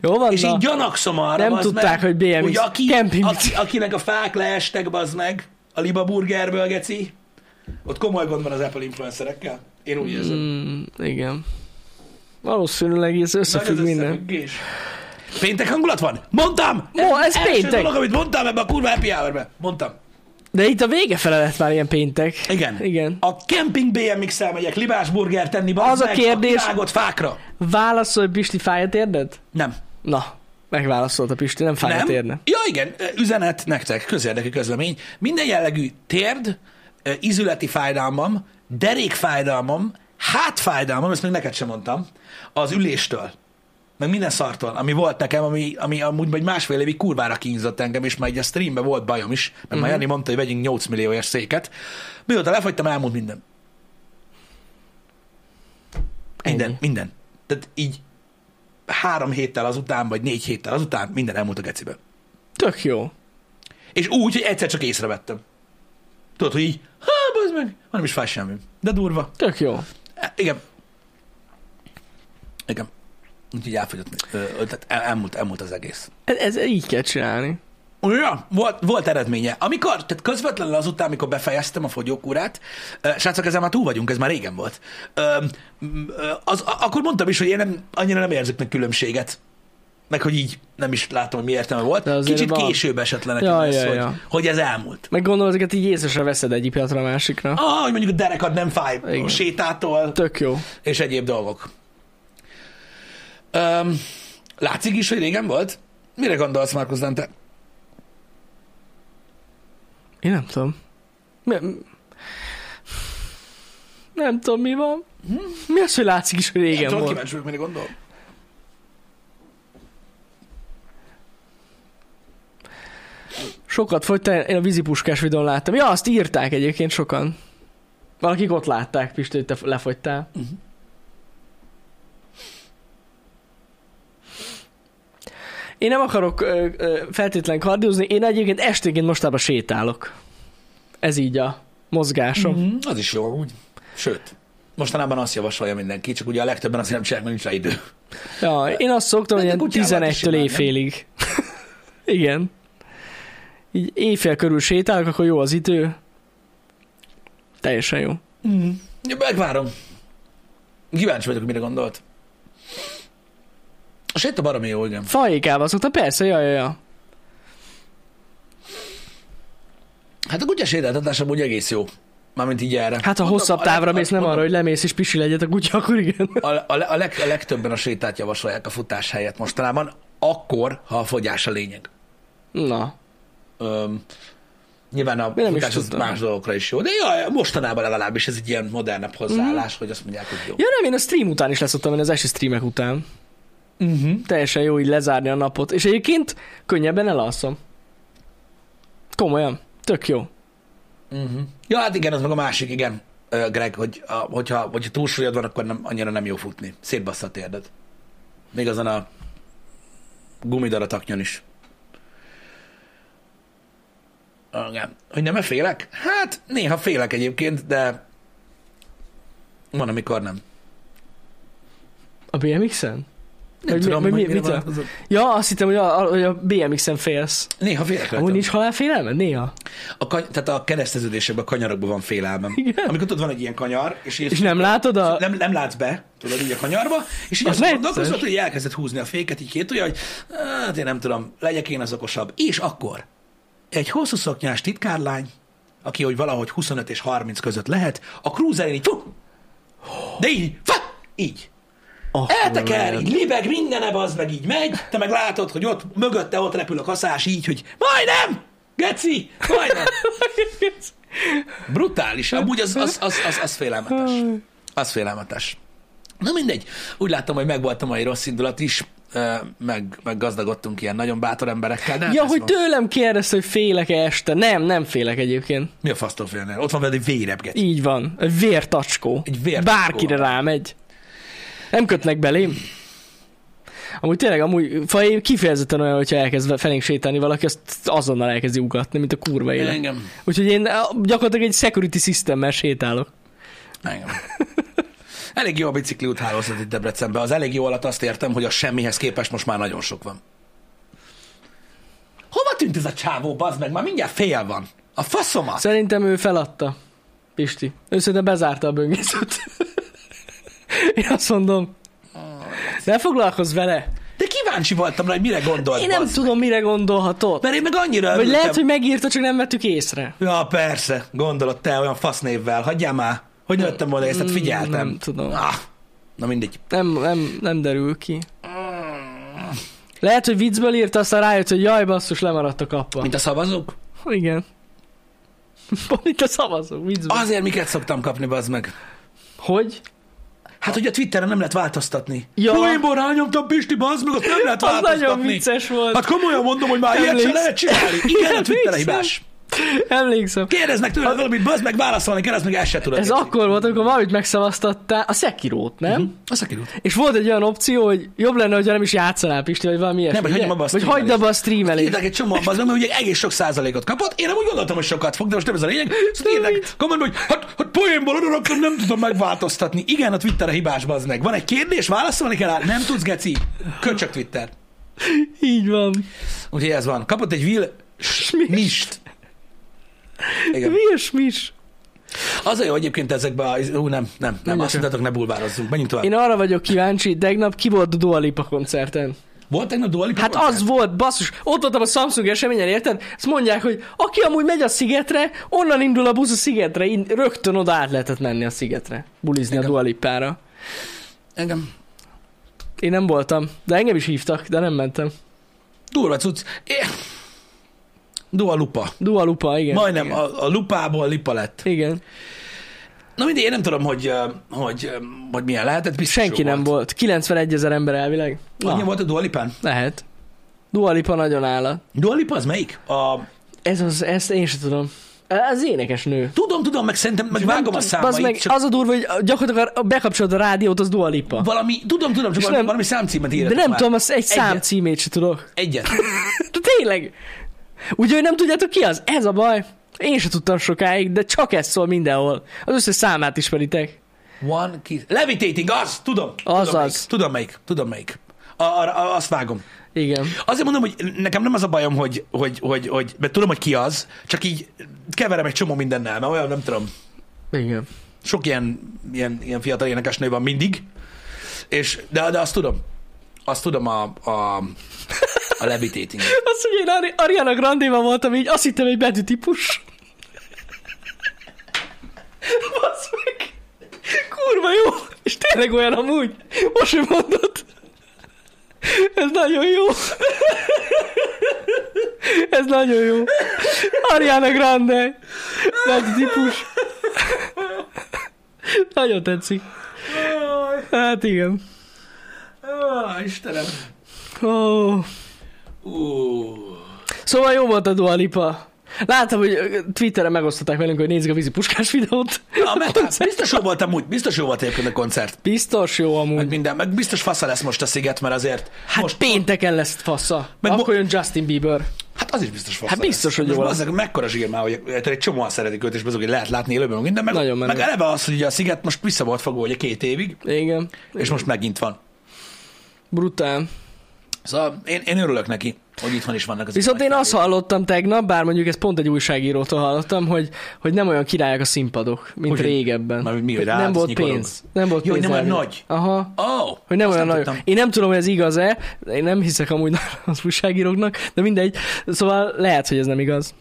Jó van, e- És na. így gyanakszom arra, Nem bazd meg, tudták, hogy BMX hogy aki, camping. aki, akinek a fák leestek, bazd meg, a Liba Burgerből, geci, ott komoly gond van az Apple influencerekkel. Én úgy érzem. Mm, igen. Valószínűleg ez összefügg Nagy az minden. összefüggés. Péntek hangulat van? Mondtam! Mo, ez első péntek. dolog, amit mondtam ebbe a kurva happy hour Mondtam. De itt a vége fele lett már ilyen péntek. Igen. Igen. A camping BMX-el megyek libás burger tenni, bazd Az a meg, kérdés- A világot fákra. Válaszolj, Pisti, fáj a térded? Nem. Na, megválaszolta Pisti, nem fáj a nem. térdem. Ja, igen. Üzenet nektek, közérdekű közlemény. Minden jellegű térd, ö, izületi fájdalmam, derék fájdalmam, hátfájdalmam, ezt még neked sem mondtam, az üléstől. Meg minden szartól, ami volt nekem, ami, ami amúgy vagy másfél évig kurvára kínzott engem, és már egy a streamben volt bajom is, mert uh-huh. már Jani mondta, hogy vegyünk 8 millióért széket. Mióta lefagytam, elmúlt minden. Minden, Ennyi. minden. Tehát így három héttel azután, vagy négy héttel azután minden elmúlt a geciben. Tök jó. És úgy, hogy egyszer csak észrevettem. Tudod, hogy így, ha, bazd meg, ha nem is fáj semmi. De durva. Tök jó. E, igen. Igen. Úgyhogy elfogyott, ö, ö, tehát el, elmúlt, elmúlt az egész. Ez, ez így kell csinálni. Ja, volt, volt eredménye. Amikor, tehát közvetlenül azután, amikor befejeztem a fogyókúrát, ö, srácok, ezzel már túl vagyunk, ez már régen volt. Ö, m, ö, Az, a- akkor mondtam is, hogy én nem, annyira nem érzek meg különbséget. Meg, hogy így nem is látom, hogy mi értelme De volt. azért Kicsit van. később esett le nekem Ja, ez, ja, hogy, ja. hogy ez elmúlt. Meg gondolom, ezeket így észre veszed egyik piatra a másikra. Ah, hogy mondjuk a derekad nem fáj Igen. Igen. a sétától, Tök jó. és egyéb dolgok. Um, látszik is, hogy régen volt? Mire gondolsz, Márkusz Dante? Én nem tudom. Nem, nem tudom, mi van. Mi az, hogy látszik is, hogy nem régen tudom, volt? kíváncsi vagyok, mire gondol. Sokat fogytál, én a vízipuskás videón láttam. Ja, azt írták egyébként sokan. Valakik ott látták, Pisti, hogy te lefogytál. Mhm. Én nem akarok ö, ö, feltétlen kardiózni, én egyébként esténként mostában sétálok. Ez így a mozgásom. Mm, az is jó, úgy. Sőt, mostanában azt javasolja mindenki, csak ugye a legtöbben azért nem csinálják, mert nincs rá idő. Ja, én azt szoktam, De hogy te ilyen kutyával is 11-től simán, nem? éjfélig. [LAUGHS] Igen. Így éjfél körül sétálok, akkor jó az idő. Teljesen jó. Mm. Ja, megvárom. Kíváncsi vagyok, mire gondolt. A séta baromi jó, igen. Fajékával szokta, persze, jaj, jaj, jaj. Hát a kutyás sétáltatás amúgy egész jó. Mármint így erre. Hát ha Mondom, hosszabb a- távra a- mész, nem mondom, arra, hogy lemész és pisi legyet a kutya, akkor igen. A, a, le- a, leg, a legtöbben a sétát javasolják a futás helyett mostanában, akkor, ha a fogyás a lényeg. Na, Öm, nyilván a Én nem is futás az tudtam. más dolgokra is jó, de jaj, mostanában legalábbis ez egy ilyen modernebb hozzáállás, hogy azt mondják, hogy jó. Ja nem, én a stream után is leszoktam menni, az esti streamek után. mhm. Uh-huh. Teljesen jó így lezárni a napot. És egyébként könnyebben elalszom. Komolyan. Tök jó. Uh-huh. Ja, hát igen, az meg a másik, igen, ö, Greg, hogy a, hogyha, hogyha túlsúlyod van, akkor nem, annyira nem jó futni. Szétbassza a térdet. Még azon a gumidarataknyon is. Igen. Hogy nem félek? Hát néha félek egyébként, de van, amikor nem. A BMX-en? Nem tudom, mi, hogy mi, mire mit a... vonatkozott. Ja, azt hittem, hogy a, a, hogy a BMX-en félsz. Néha félrekeltem. Amúgy nincs halálfélelmed? Néha. A kany- tehát a kereszteződésekben, a kanyarokban van félelmem. Igen. Amikor tudod, van egy ilyen kanyar, és, így- És nem látod a... nem, nem látsz be, tudod, így a kanyarba, és így Az azt necces. gondolkozod, hogy elkezdett húzni a féket, így két ujja, hogy hát én nem tudom, legyek én az okosabb. És akkor egy hosszú szoknyás titkárlány, aki hogy valahogy 25 és 30 között lehet, a cruiserén így, fú, de így, fú, így. Oh, Elteker, így libeg, mindene az meg így megy, te meg látod, hogy ott mögötte ott repül a kaszás, így, hogy majdnem, geci, majdnem. Hm. Brutális. Amúgy az, az, az, az, az félelmetes. Az félelmetes. Na mindegy. Úgy láttam, hogy megvolt a mai rossz indulat is, ö, meg, meg gazdagodtunk ilyen nagyon bátor emberekkel. De hát [LAUGHS] Ja, ez hogy van. tőlem kérdezte, hogy félek-e este. Nem, nem félek egyébként. Mi a fasztól félnél? Ott van veled egy vérepget. Így van. Egy vértacskó. Egy vértacskó. Bárkire rámegy. Nem kötnek belém. Amúgy tényleg, amúgy faj kifejezetten olyan, hogyha elkezd felénk sétálni valaki, azt azonnal elkezdi ugatni, mint a kurva élet. Engem. Úgyhogy én á, gyakorlatilag egy security systemmel sétálok. Engem. Elég jó a bicikli úthálózat itt Debrecenben. Az elég jó alatt azt értem, hogy a semmihez képest most már nagyon sok van. Hova tűnt ez a csávó, bazd meg? Már mindjárt fél van. A faszom az. Szerintem ő feladta, Pisti. Ő szerintem bezárta a böngészőt. [LAUGHS] Én azt mondom, ne foglalkozz vele. De kíváncsi voltam rá, hogy mire gondolt, Én nem bazd. tudom, mire gondolhatott. Mert én meg annyira Vagy örültem. lehet, hogy megírta, csak nem vettük észre. Ja, persze, gondolod te olyan fasznévvel, hagyjál már. Hogy nőttem volna ezt, hát figyeltem. nem tudom. Ah, na mindegy. Nem, nem, nem derül ki. Lehet, hogy viccből írt, aztán rájött, hogy jaj, basszus, lemaradt a kappa. Mint a szavazók? Igen. [LAUGHS] Mint a szavazó, viccből. Az... Azért miket szoktam kapni, bazd meg. Hogy? Hát, hogy a Twitteren nem lehet változtatni. Ja. Poénból rányomtam Pisti, bazd meg, azt nem lehet [LAUGHS] Az nagyon változtatni. vicces volt. Hát komolyan mondom, hogy már ilyet sem Emléksz- lehet csinálni. Igen, a Twitter a [LAUGHS] Emlékszem. hibás. Emlékszem. Kérdeznek tőled valamit, bazd meg, válaszolni kell, azt meg el se tudod. Ez akkor volt, amikor valamit megszavaztattál, a Sekirót, nem? Uh-huh. Hm? Azt a került. És volt egy olyan opció, hogy jobb lenne, hogyha nem is játszanál Pisti, vagy valami ilyesmi. vagy ugye? hagyd abba a vagy hagyd streamelést. abba a streamelést. Írták egy csomóan, az mert ugye egész sok százalékot kapott. Én nem úgy gondoltam, hogy sokat fog, de most nem ez a lényeg. Szóval írták kommentben, hogy hát, hát poénból odaraktam, nem tudom megváltoztatni. Igen, a Twitter a hibás, bazd meg. Van egy kérdés, válaszolni kell rá. Nem tudsz, geci. Köcsök Twitter. Így van. Úgyhogy ez van. Kapott egy Will Mist. Igen. Mi is? Az a jó egyébként ezekben a... Ú, nem, nem, nem. Azt csak. mondtátok, ne bulvározzunk. Menjünk tovább. Én arra vagyok kíváncsi, tegnap ki volt a Dua Lipa koncerten. Volt tegnap Dua Lipa Hát koncert? az volt, basszus, ott voltam a Samsung eseményen, érted? Azt mondják, hogy aki amúgy megy a szigetre, onnan indul a busz a szigetre, in, rögtön oda át lehetett menni a szigetre, bulizni Igen. a Dua Lipára. Engem. Én nem voltam, de engem is hívtak, de nem mentem. Durva cucc. É. Dua Lupa. Dua Lupa, igen. Majdnem Igen. a, a lupából lipa lett. igen. Na mindig, én nem tudom, hogy, ö, hogy, ö, hogy milyen lehetett. Biztos Senki jó nem volt. 91 ezer ember elvileg. Annyi Na, volt a Dualipán? lehet. Dua Lipa nagyon állat. Dualipa az melyik? A... Ez az, ezt én sem tudom. Ez énekes nő. Tudom, tudom, meg szerintem, meg vágom a számait, Az meg csak az a durva, hogy gyakorlatilag a- bekapcsolod a rádiót, az Dua Lipa. valami, tudom, tudom, csak És valami, nem- valami számcímet De írtam nem már. tudom, az egy szám Egyet. címét se tudok. [LAUGHS] Egyet. De tényleg. Úgyhogy nem tudjátok ki az? Ez a baj. Én se tudtam sokáig, de csak ez szól mindenhol. Az összes számát ismeritek. One kiss. Levitating, az, tudom. Az tudom az. Melyik, tudom melyik, tudom melyik. A, a, a, azt vágom. Igen. Azért mondom, hogy nekem nem az a bajom, hogy, hogy, hogy, hogy mert tudom, hogy ki az, csak így keverem egy csomó mindennel, mert olyan, nem tudom, Igen. sok ilyen, ilyen, ilyen fiatal énekesnő van mindig, és, de, de azt tudom, azt tudom a, a, a levitating. Azt, hogy én Ari- Ariana Grande-ban voltam, így azt hittem, hogy betűtípus. Basz meg. Kurva jó. És tényleg olyan amúgy. Most sem mondod. Ez nagyon jó. Ez nagyon jó. Ariana Grande. Betűtípus. Nagyon tetszik. Hát igen. Oh, Istenem. Oh. Uh. Szóval jó volt a Dua Lipa. Láttam, hogy ö, Twitteren megosztották velünk, hogy nézzük a vízi puskás videót. Na, mert hát biztos Hát jó volt amúgy, biztos jó volt egyébként a koncert. Biztos jó Meg amúgy. minden, meg biztos fasza lesz most a sziget, mert azért, Hát Most pénteken lesz fasza. Meg Meg mo- Akkor jön Justin Bieber. hát az is biztos fasza Hát lesz. biztos, hogy jó Most bazzeg, mekkora zsír már, hogy tehát egy csomóan szeretik őt, és azok, hogy lehet látni élőben, meg minden, meg, Nagyon menő. meg eleve az, hogy ugye a sziget most vissza volt fogva ugye két évig, Igen. és most megint van. Brutál. Szóval én, én örülök neki, hogy itthon is vannak az Viszont ilyen én azt nagy hallottam tegnap, bár mondjuk ez pont egy újságírótól hallottam, hogy, hogy nem olyan királyok a színpadok, mint Hogy- régebben. Már hogy mi, hogy nem ráállsz, volt nyikorog. pénz. Nem volt Jó, pénz. nem olyan erre. nagy. Aha. Ó, Hogy nem azt olyan nagy. tudtam. Én nem tudom, hogy ez igaz-e, én nem hiszek amúgy [LAUGHS] az újságíróknak, de mindegy. Szóval lehet, hogy ez nem igaz.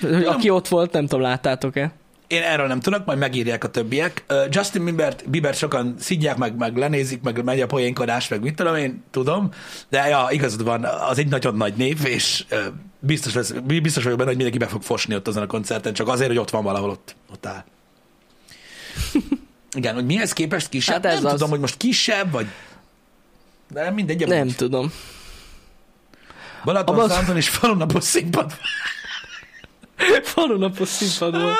Hogy Tudom. aki ott volt, nem tudom, láttátok-e. Én erről nem tudok, majd megírják a többiek. Ö, Justin Biebert, Biebert sokan szidják, meg, meg lenézik, meg megy a poénkodás, meg mit tudom én, tudom. De ja, igazad van, az egy nagyon nagy név, és ö, biztos, lesz, biztos vagyok benne, hogy mindenki be fog fosni ott azon a koncerten, csak azért, hogy ott van valahol ott, ott [LAUGHS] áll. Igen, hogy mihez képest kisebb, Hát hát ez nem az. tudom, hogy most kisebb, vagy... De mindegy, amúgy. Nem tudom. [LAUGHS] Balaton, A Bal- Szánton és falunapos színpad. Falunapos színpadon.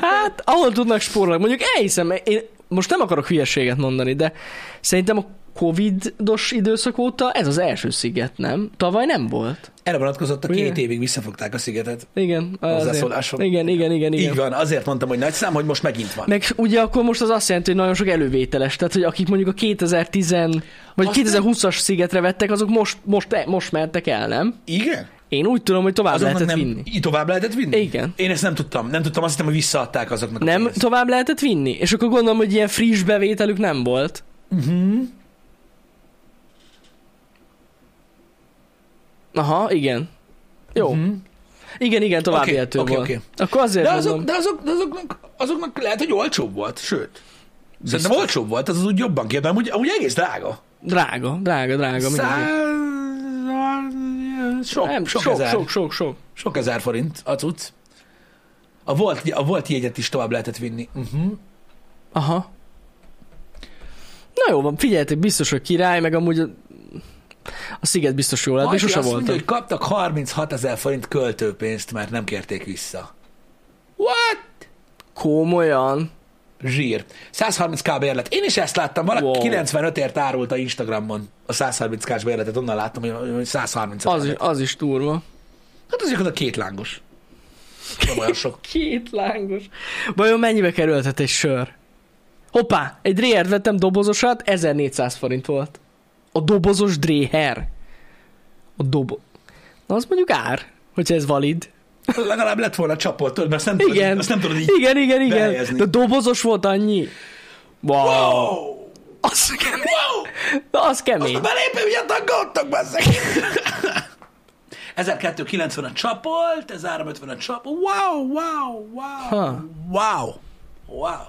Hát, ahol tudnak spórolni. Mondjuk elhiszem, én most nem akarok hülyeséget mondani, de szerintem a Covid-os időszak óta ez az első sziget, nem? Tavaly nem volt. Erre vonatkozott a Ugye? két évig visszafogták a szigetet. Igen. azért. Hozzászólásom. Igen, igen, igen, Így igen. van, azért mondtam, hogy nagy szám, hogy most megint van. Meg ugye akkor most az azt jelenti, hogy nagyon sok elővételes, tehát hogy akik mondjuk a 2010 vagy Azt nem- 2020-as szigetre vettek, azok most, most, most mertek el, nem? Igen? Én úgy tudom, hogy tovább Azoknak lehetett nem, vinni. Így tovább lehetett vinni? Igen. Én ezt nem tudtam. Nem tudtam, azt hittem, hogy visszaadták azoknak. Nem Az tovább lehetett vinni? És akkor gondolom, hogy ilyen friss bevételük nem volt. uh-huh. Aha, igen. Jó. Mhm. Igen, igen, tovább Oké, okay, okay, oké, volt. oké. Akkor azért De, mondom, azok, de azok, de azoknak, azoknak lehet, hogy olcsóbb volt, sőt. Szerintem olcsóbb volt, az, az úgy jobban kijött, de amúgy, amúgy egész drága. drága, drága, drága. mindenki. Száz... Sok, Nem, sok, sok, ezer. sok, sok, sok. Sok ezer forint a cucc. A volt, a volt jegyet is tovább lehetett vinni. Uh-huh. Aha. Na jó van, figyeljetek, biztos, hogy király, meg amúgy a, a sziget biztos jó lett, Majdi és sose azt mondja, voltam. hogy kaptak 36 ezer forint költőpénzt, mert nem kérték vissza. What? Komolyan. Zsír. 130 k bérlet. Én is ezt láttam, valaki Wow. 95 ért árulta Instagramon a 130 k bérletet, onnan láttam, hogy- hogy 130 Az is, az is turva. Hát az a két lángos. Nem olyan sok. Két lángos. Vajon mennyibe kerültet egy sör? Hoppá, egy dréhert vettem dobozosat, 1400 forint volt. A dobozos dréher. A dobo... Na, az mondjuk ár, hogyha ez valid. Legalább lett volna csapolt, tudod, mert azt nem tudod, Igen. azt nem tudod így. igen, igen, igen. behelyezni. De dobozos volt annyi. Wow. Wow! Az kemény. Wow! Na, az kemény. Azt belépő, ugye tagadtak, bazzeg! 1290 a csapolt, 1350 a csap. Wow, wow, wow! Ha. Wow! Wow!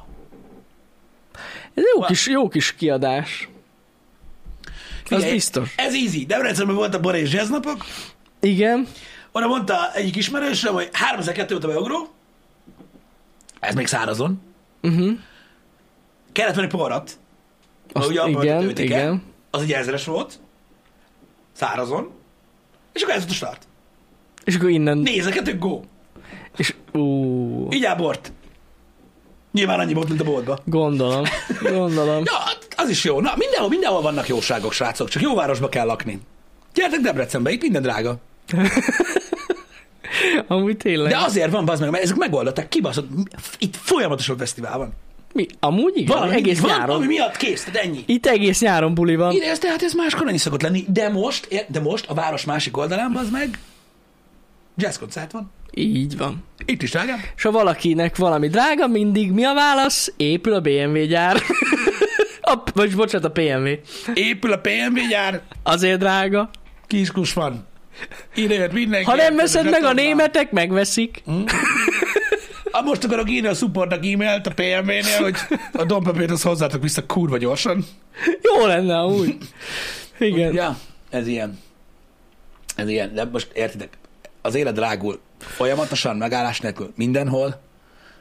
Ez jó kis, jó kis kiadás. Az biztos. Ez easy. Debrecenben volt a Bora és Jazz napok, Igen. Oda mondta egyik ismerősöm, hogy 3002 volt a beugró. Ez még szárazon. Uh-huh. Mhm. Kellett venni poharat. Azt, ugye abban igen, töltik eh? el. igen. Az egy ezeres volt. Szárazon. És akkor ez volt a start. És akkor innen... Nézegető, go! És... Ú, Így áll bort. Nyilván annyi volt, mint a boltba. gondolom. Gondolom. Ja, hát az is jó. Na, mindenhol, mindenhol vannak jóságok, srácok. Csak jó városba kell lakni. Gyertek Debrecenbe, itt minden drága. Amúgy tényleg. De azért van, bazd meg, mert ezek megoldották, kibaszott, itt folyamatosan fesztivál van. Mi? Amúgy igen, Valami egész van, nyáron. ami miatt kész, tehát ennyi. Itt egész nyáron buli van. Ide ez, tehát ez máskor ennyi szokott lenni, de most, ér- de most a város másik oldalán, az meg jazz koncert van. Így van. Itt is drágám. És ha valakinek valami drága, mindig mi a válasz? Épül a BMW gyár. [LAUGHS] a, vagy bocsánat, a PMV. Épül a PMV gyár, Azért drága. kiskus van. Ide jött mindenki. Ha nem Ez veszed meg a zsatorna. németek, megveszik. Ah, most akarok írni a supportnak e-mailt a PMV-nél, hogy a dompapírt az hozzátok vissza kurva gyorsan. Jó lenne [LAUGHS] amúgy. Igen. Ja, ez ilyen. Ez ilyen, de most értitek, az élet drágul. Folyamatosan, megállás nélkül, mindenhol,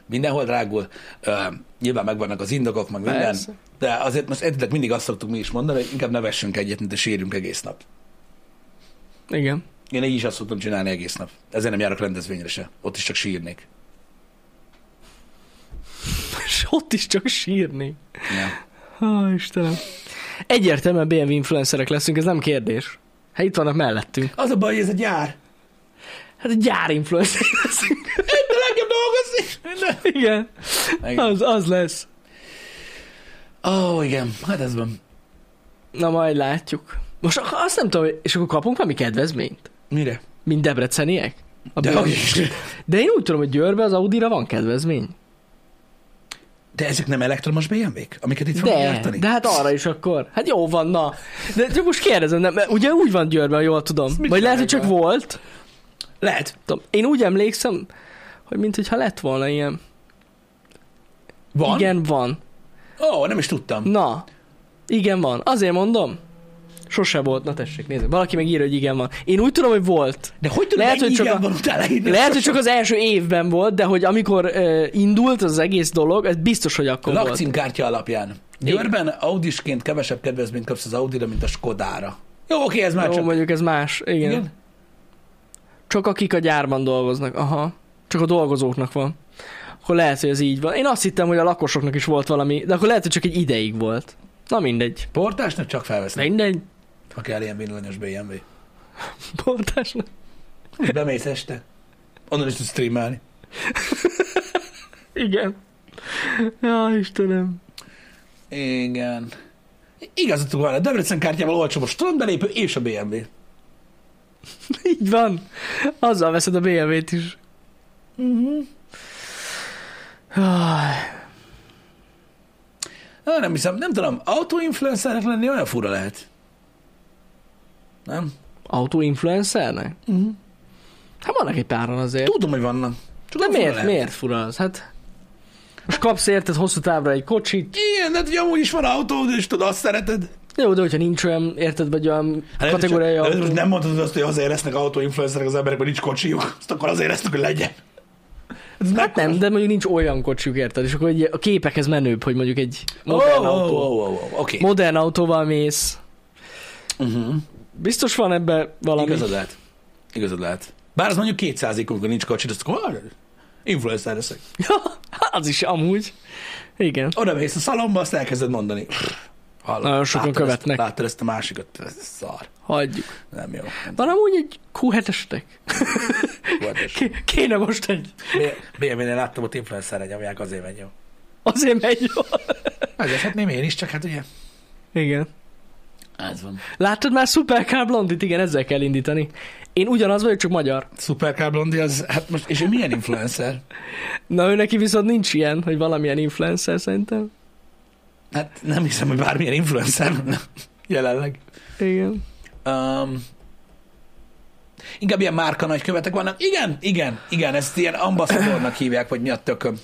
mindenhol drágul. Ö, nyilván megvannak az indokok, meg minden, Persze. Persze. de azért most értitek, mindig azt szoktuk mi is mondani, hogy inkább ne vessünk egyet, mint a sírjunk egész nap. Igen. Én így is azt szoktam csinálni egész nap. Ezért nem járok rendezvényre se. Ott is csak sírnék. És ott is csak sírni. Ja. Ó, Istenem. Egyértelműen BMW influencerek leszünk, ez nem kérdés. Hát itt vannak mellettünk. Az a baj, hogy ez egy gyár. Hát gyár influencerek leszünk. Én a legjobb dolgozni. [LAUGHS] Igen. Igen. Az, az lesz. Ó, oh, igen, hát ez van. Na majd látjuk. Most ak- azt nem tudom, és akkor kapunk valami kedvezményt? Mire? Mint debreceniek? A De, Björn- hogy is. De én úgy tudom, hogy Győrbe az Audira van kedvezmény. de ezek nem elektromos BMW-k, amiket itt fognak De, gyártani? de hát arra is akkor. Hát jó van, na. De csak most kérdezem, nem, mert ugye úgy van Győrben, ha jól tudom. mit Vagy lehet, hogy csak csinálják volt. Lehet. Tudom. Én úgy emlékszem, hogy mintha lett volna ilyen. Van? Igen, van. Ó, nem is tudtam. Na, igen van. Azért mondom. Sose volt. Na tessék, nézzük. Valaki meg írja, hogy igen van. Én úgy tudom, hogy volt. De hogy tudom, Lehet, hogy csak igen a- van utána írni? Lehet, hogy csak az első évben volt, de hogy amikor uh, indult az egész dolog, ez biztos, hogy akkor volt. Lakcímkártya alapján. Győrben Audisként kevesebb kedvezményt kapsz az Audira, mint a Skodára. Jó, oké, ez már Jó, csak... mondjuk ez más. Igen. igen. Igen? Csak akik a gyárban dolgoznak. Aha. Csak a dolgozóknak van. Akkor lehet, hogy ez így van. Én azt hittem, hogy a lakosoknak is volt valami, de akkor lehet, hogy csak egy ideig volt. Na mindegy. Portásnak csak felvesznek, Mindegy. ha kell ilyen villanyos BMW. Pontásnak. Bemész este. Onnan is tudsz streamelni. Igen. Ja, Istenem. Igen. Igazatok van, a Debrecen kártyával olcsóbb a strandbelépő és a BMW. Így van. Azzal veszed a BMW-t is. Mhm. Ah, Ah, nem hiszem, nem tudom, autoinfluencernek lenni olyan fura lehet. Nem? Autoinfluencernek? Uh-huh. Hát vannak egy páran azért. Tudom, hogy vannak. De olyan fura miért, lehet. miért fura az? Hát most kapsz érted hosszú távra egy kocsit. Igen, de hát, hogy amúgy is van autód, és tudod, azt szereted. Jó, de hogyha nincs olyan, érted, vagy olyan Hát lehet, hogy kategóriája. csak- lehet, hogy nem mondhatod azt, hogy azért lesznek autóinfluencerek az emberek, mert nincs kocsijuk. Azt akkor azért lesznek, hogy legyen. Ez Hát nem, de mondjuk nincs olyan kocsik, érted? És akkor egy, a képekhez menőbb, hogy mondjuk egy Oh! modern autó. Oké. Modern autóval mész. Mhm. Biztos van ebbe valami. Igazad lehet. Igazad lehet. Bár az mondjuk 200 ig amikor nincs kocsid, azt akkor "Ah, influencer leszek. [LAUGHS] Ja, az is amúgy. Igen. Oda mész a szalomba, azt elkezded mondani. Hallom, Nagyon sokan láttad követnek. Ezt, láttad ezt a másikat? Ez szar. Hagyjuk. Nem jó. Nem Van amúgy egy Q7-estek. volt, és K- kéne most egy. BMW-nél láttam, ott influencerre nyomják, azért megy jó. Azért megy jól. Vezethetném én is, csak hát ugye. Igen. Ez van. Láttad már Supercar Blondit? Igen, ezzel kell indítani. Én ugyanaz vagyok, csak magyar. Supercar Blondi az, hát most, és ő milyen influencer? Na, ő neki viszont nincs ilyen, hogy valamilyen influencer szerintem. Hát nem hiszem, hogy bármilyen influencer lenne jelenleg. Igen. Um, inkább ilyen márka nagykövetek vannak. Igen, igen, igen, ezt ilyen ambaszadornak hívják, vagy mi a tököm.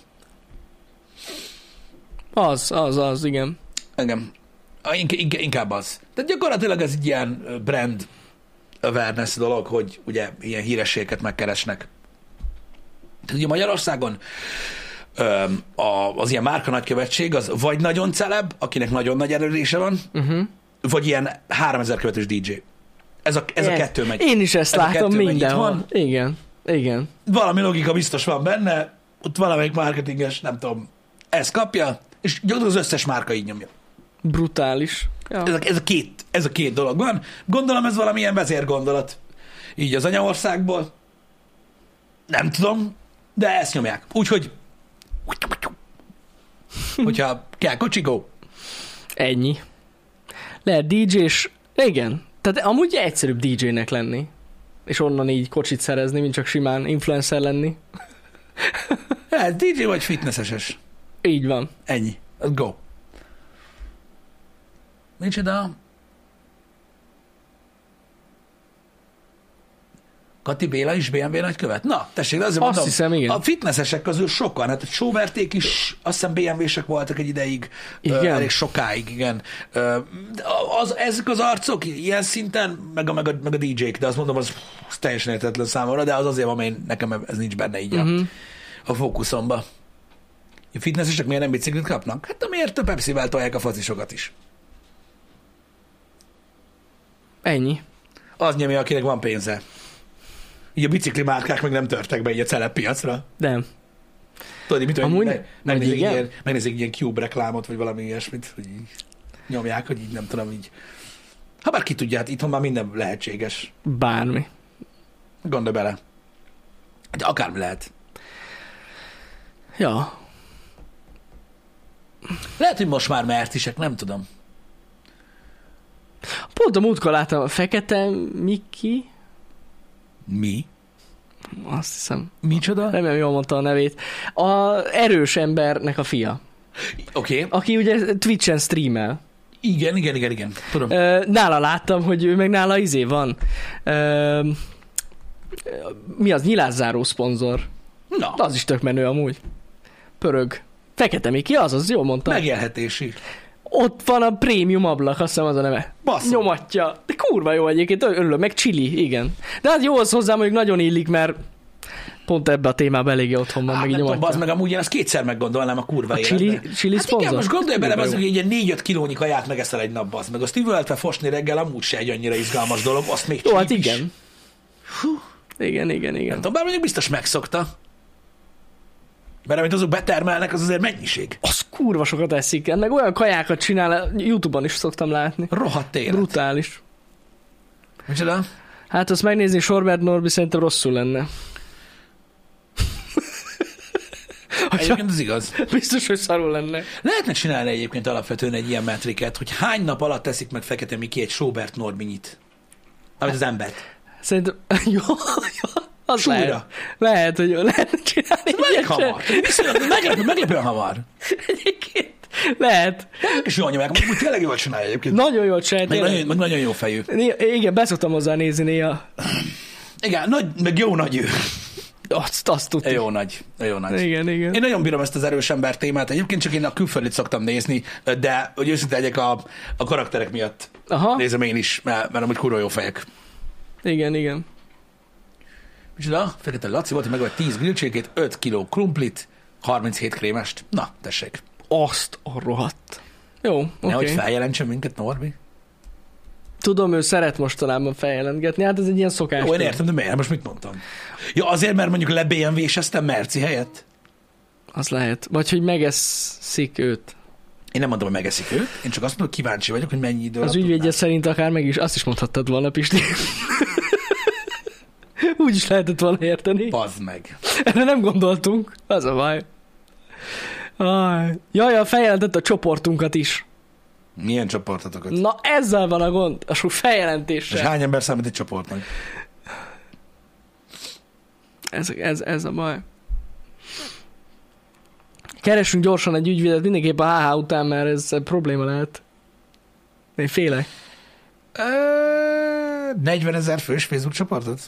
Az, az, az, igen. Engem. A, ink- ink- Inkább az. Tehát gyakorlatilag ez egy ilyen ö, brand awareness dolog, hogy ugye ilyen hírességet megkeresnek. Tehát ugye Magyarországon öm, a, az ilyen márka nagykövetség az vagy nagyon celeb, akinek nagyon nagy elérése van, Uh-huh. vagy ilyen 3000 követős DJ. Ez a, ez a kettő megy. Én is ezt Ez a látom kettő megy, mindenhol. itt Igen. Igen. valami logika biztos van benne, ott valamelyik marketinges, nem tudom, ezt kapja, és gyakorlatilag az összes márka így nyomja. Brutális. Ja. Ez a, ez a, két, ez a két dolog van. Gondolom ez valamilyen vezérgondolat. Így az anyaországból. Nem tudom, de ezt nyomják. Úgyhogy hogyha kell kocsigó. Ennyi. Lehet DJ-s... Igen. Tehát amúgy egyszerűbb DJ-nek lenni. És onnan így kocsit szerezni, mint csak simán influencer lenni. Hát DJ vagy fitnesseses. Így van. Ennyi. Az Go. Micsoda? Kati Béla is BMW nagykövet? Na, tessék, de azért Azt mondom, hiszem, igen. a fitnessesek közül sokan, hát a sóverték is, azt hiszem BMW-sek voltak egy ideig, igen. Ö, Igen. elég sokáig, igen. Ö, de az, ezek az arcok ilyen szinten, meg a, meg a, meg a DJ-k, de azt mondom, az, az teljesen értetlen számomra, de az azért van, mert én- nekem ez nincs benne így uh-huh. a, a fókuszomba. A fitnessesek miért nem biciklit kapnak? Hát amiért a Pepsi-vel tolják a facisokat is. Ennyi. Az nyomja, akinek van pénze. Így a bicikli márkák meg nem törtek be így a celeb piacra. Nem. Tudod, így mit tudom, Amúgy meg- nem. megnézik, Vagy igen? ilyen, megnézik ilyen Cube reklámot, vagy valami ilyesmit, hogy így nyomják, hogy így nem tudom, így. Ha bár ki tudja, hát itthon már minden lehetséges. Bármi. Gondolj bele. De akármi lehet. Ja. Lehet, hogy most már mertisek, nem tudom. Pont a múltkor láttam a Fekete Miki, Mi? azt hiszem, Micsoda? remélem jól mondta a nevét, a erős embernek a fia, Oké. Okay. aki ugye Twitch-en streamel. Igen, igen, igen, igen. Tudom. Ö, Nála láttam, hogy ő meg nála izé van. Ö, Mi az? Nyilázzáró szponzor. Hát Na, Az is tök menő amúgy. Pörög. Fekete Miki, az az, jól mondtam. megélhetési. Ott van a prémium ablak, azt hiszem az a neve. Basz. Nyomatja. De kurva jó egyébként, ö- örülök, meg chili, igen. De hát jó az hozzá, mondjuk nagyon illik, mert pont ebbe a témába eléggé otthon van, Á, meg Hát nem így tudom, nyomatja. bazd meg, amúgy én azt kétszer meggondolnám a kurva A chili, életben. chili Hát igen, szponzor? most gondolj bele, Kurva az, jó. hogy egy ilyen 4-5 kilónyi kaját megeszel egy nap, bazd meg. Azt üvöltve fosni reggel amúgy se egy annyira izgalmas dolog, azt még Jó, hát csíp is. igen. Igen, igen, Nem igen. tudom, bár mondjuk biztos megszokta. Mert amit azok betermelnek, az azért mennyiség. Az kurva sokat eszik, meg olyan kajákat csinál, Youtube-on is szoktam látni. Rohadt élet. Brutális. Micsoda? Hát azt megnézni Sorbert Norbi szerintem rosszul lenne. Hogyha, Egyébként az igaz. biztos, hogy szarul lenne. Lehetne csinálni egyébként alapvetően egy ilyen metrikát, hogy hány nap alatt teszik meg Fekete Miki egy Sobert Norbinyit. Amit az embert. Szerintem, [LAUGHS] jó, jó. Az Súlyra. lehet, lehet, hogy [LAUGHS] jó, lehetne csinálni Elég ilyet. hamar. Viszonylag meglepő, meglepően hamar. Egyébként. Lehet. És jól nyomják, úgy tényleg jól csinálja egyébként. Nagyon jól csinált. Meg tényleg. nagyon, meg nagyon jó fejű. Néha- Igen, beszoktam hozzá nézni néha. Igen, nagy, meg jó nagy ő. Azt, azt tudtam. Jó nagy, jó nagy. Igen, igen. Én nagyon bírom ezt az erős ember témát, egyébként csak én a külföldit szoktam nézni, de hogy őszinte legyek a, a karakterek miatt Aha, nézem én is, mert, mert amúgy kurva jó fejek. igen, igen. Micsoda? Fekete Laci volt, hogy megvett 10 grillcsékét, 5 kg krumplit, 37 krémest. Na, tessék. Azt a rohadt. Jó, oké. Okay. Nehogy feljelentsen minket, Norbi. Tudom, ő szeret mostanában feljelentgetni, hát ez egy ilyen szokás. Ó, én értem, de miért? Most mit mondtam? Ja, azért, mert mondjuk le BMW-seztem Merci helyett. Az lehet. Vagy hogy megeszik őt. Én nem mondom, hogy megeszik őt, én csak azt mondom, hogy kíváncsi vagyok, hogy mennyi idő Az alatt ügyvédje tudnám. szerint akár meg is, azt is mondhattad volna, Pisti. [LAUGHS] Úgy is lehetett volna érteni. Bazd meg. Erre nem gondoltunk. Az a baj. Aj. Jaj, a feljelentett a csoportunkat is. Milyen csoportotokat? Na ezzel van a gond, a sok És hát- feljelentéssel. hány ember számít egy csoportnak? Ez, ez, ez a baj. Keresünk gyorsan egy ügyvédet, mindenképp a HH után, mert ez probléma lehet. Én félek. Ö, 40 ezer fős Facebook csoportot?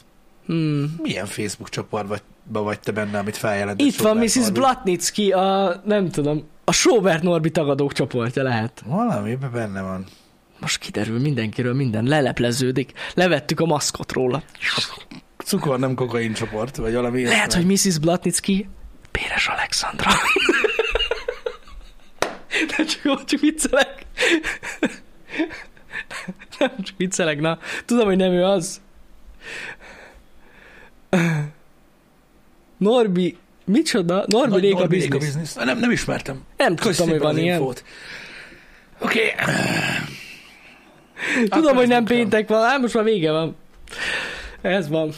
Hmm. Milyen Facebook csoportba vagy te benne, amit feljelentett? Itt van Sobert Mrs. Norbi? Blatnicki, a nem tudom, a Sobert Norbi tagadók csoportja lehet. Valamiben benne van. Most kiderül mindenkiről minden, lelepleződik. Levettük a maszkot róla. Cukor nem kokain csoport, vagy valami ilyesmi. Lehet, hogy Mrs. Blatnicki Péres Alexandra. [LAUGHS] Nem csak, csak viccelek. [LAUGHS] Nem csak viccelek, na. Tudom, hogy nem ő az. Norbi, micsoda? Norbi Nagy Réka Norbi Réka Biznisz. Business. Nem, nem ismertem. Nem Köszi tudtam, hogy szépen van az ilyen. infót. Oké. Tudom, hogy nem Akkor ez péntek van, ám most már vége van. Ez van.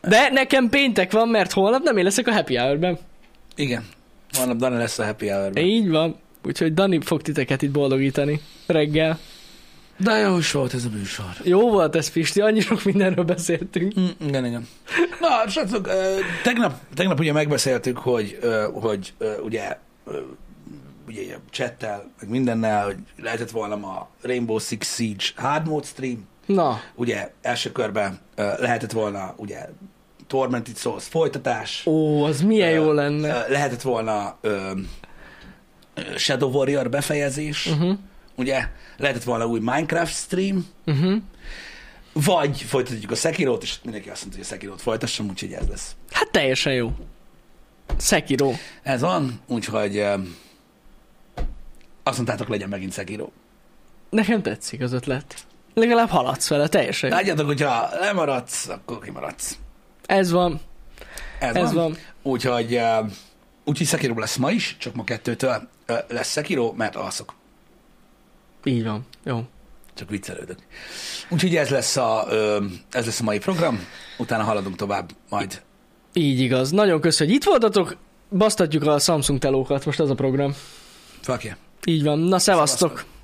De nekem péntek van, mert holnap nem én leszek a happy hour-ben. Igen. Holnap Dani lesz a happy hour Így van. Úgyhogy Dani fog titeket itt boldogítani reggel. De jó is volt ez a műsor. Jó volt ez, Pisti, annyi sok mindenről beszéltünk. Mm, igen, igen. Na, srácok, ö, tegnap, tegnap ugye megbeszéltük, hogy, ö, hogy ö, ugye ö, ugye ilyen csettel, meg mindennel, hogy lehetett volna ma Rainbow Six Siege hard mode stream, Na, ugye első körben ö, lehetett volna ugye Tormented Souls folytatás, ó, az milyen jó Ö, lenne. ö, Lehetett volna ö, ö, Shadow Warrior befejezés, Mhm. uh-huh. ugye? Lehetett volna új Minecraft stream, Uh-huh. vagy folytatjuk a Sekirót, és mindenki azt mondta, hogy a Sekirót folytassam, úgyhogy ez lesz. Hát teljesen jó. Sekiro. Ez van, úgyhogy ö, azt mondtátok, legyen megint Sekiró. Nekem tetszik az ötlet. Legalább haladsz vele, teljesen jó. Látjátok, hogyha lemaradsz, akkor kimaradsz. Ez van, Ez, ez van. Úgyhogy, ö, úgyhogy Sekiró lesz ma is, csak ma kettőtől ö, lesz Sekiró, mert alszok. Így van, jó. Csak viccelődök. Úgyhogy ez lesz a, ö, ez lesz a mai program, utána haladunk tovább majd. Így igaz. Nagyon köszönjük, hogy itt voltatok. Basztatjuk a Samsung telókat, most az a program. Fakja. Így van. Na, szevasztok. Szevasztok.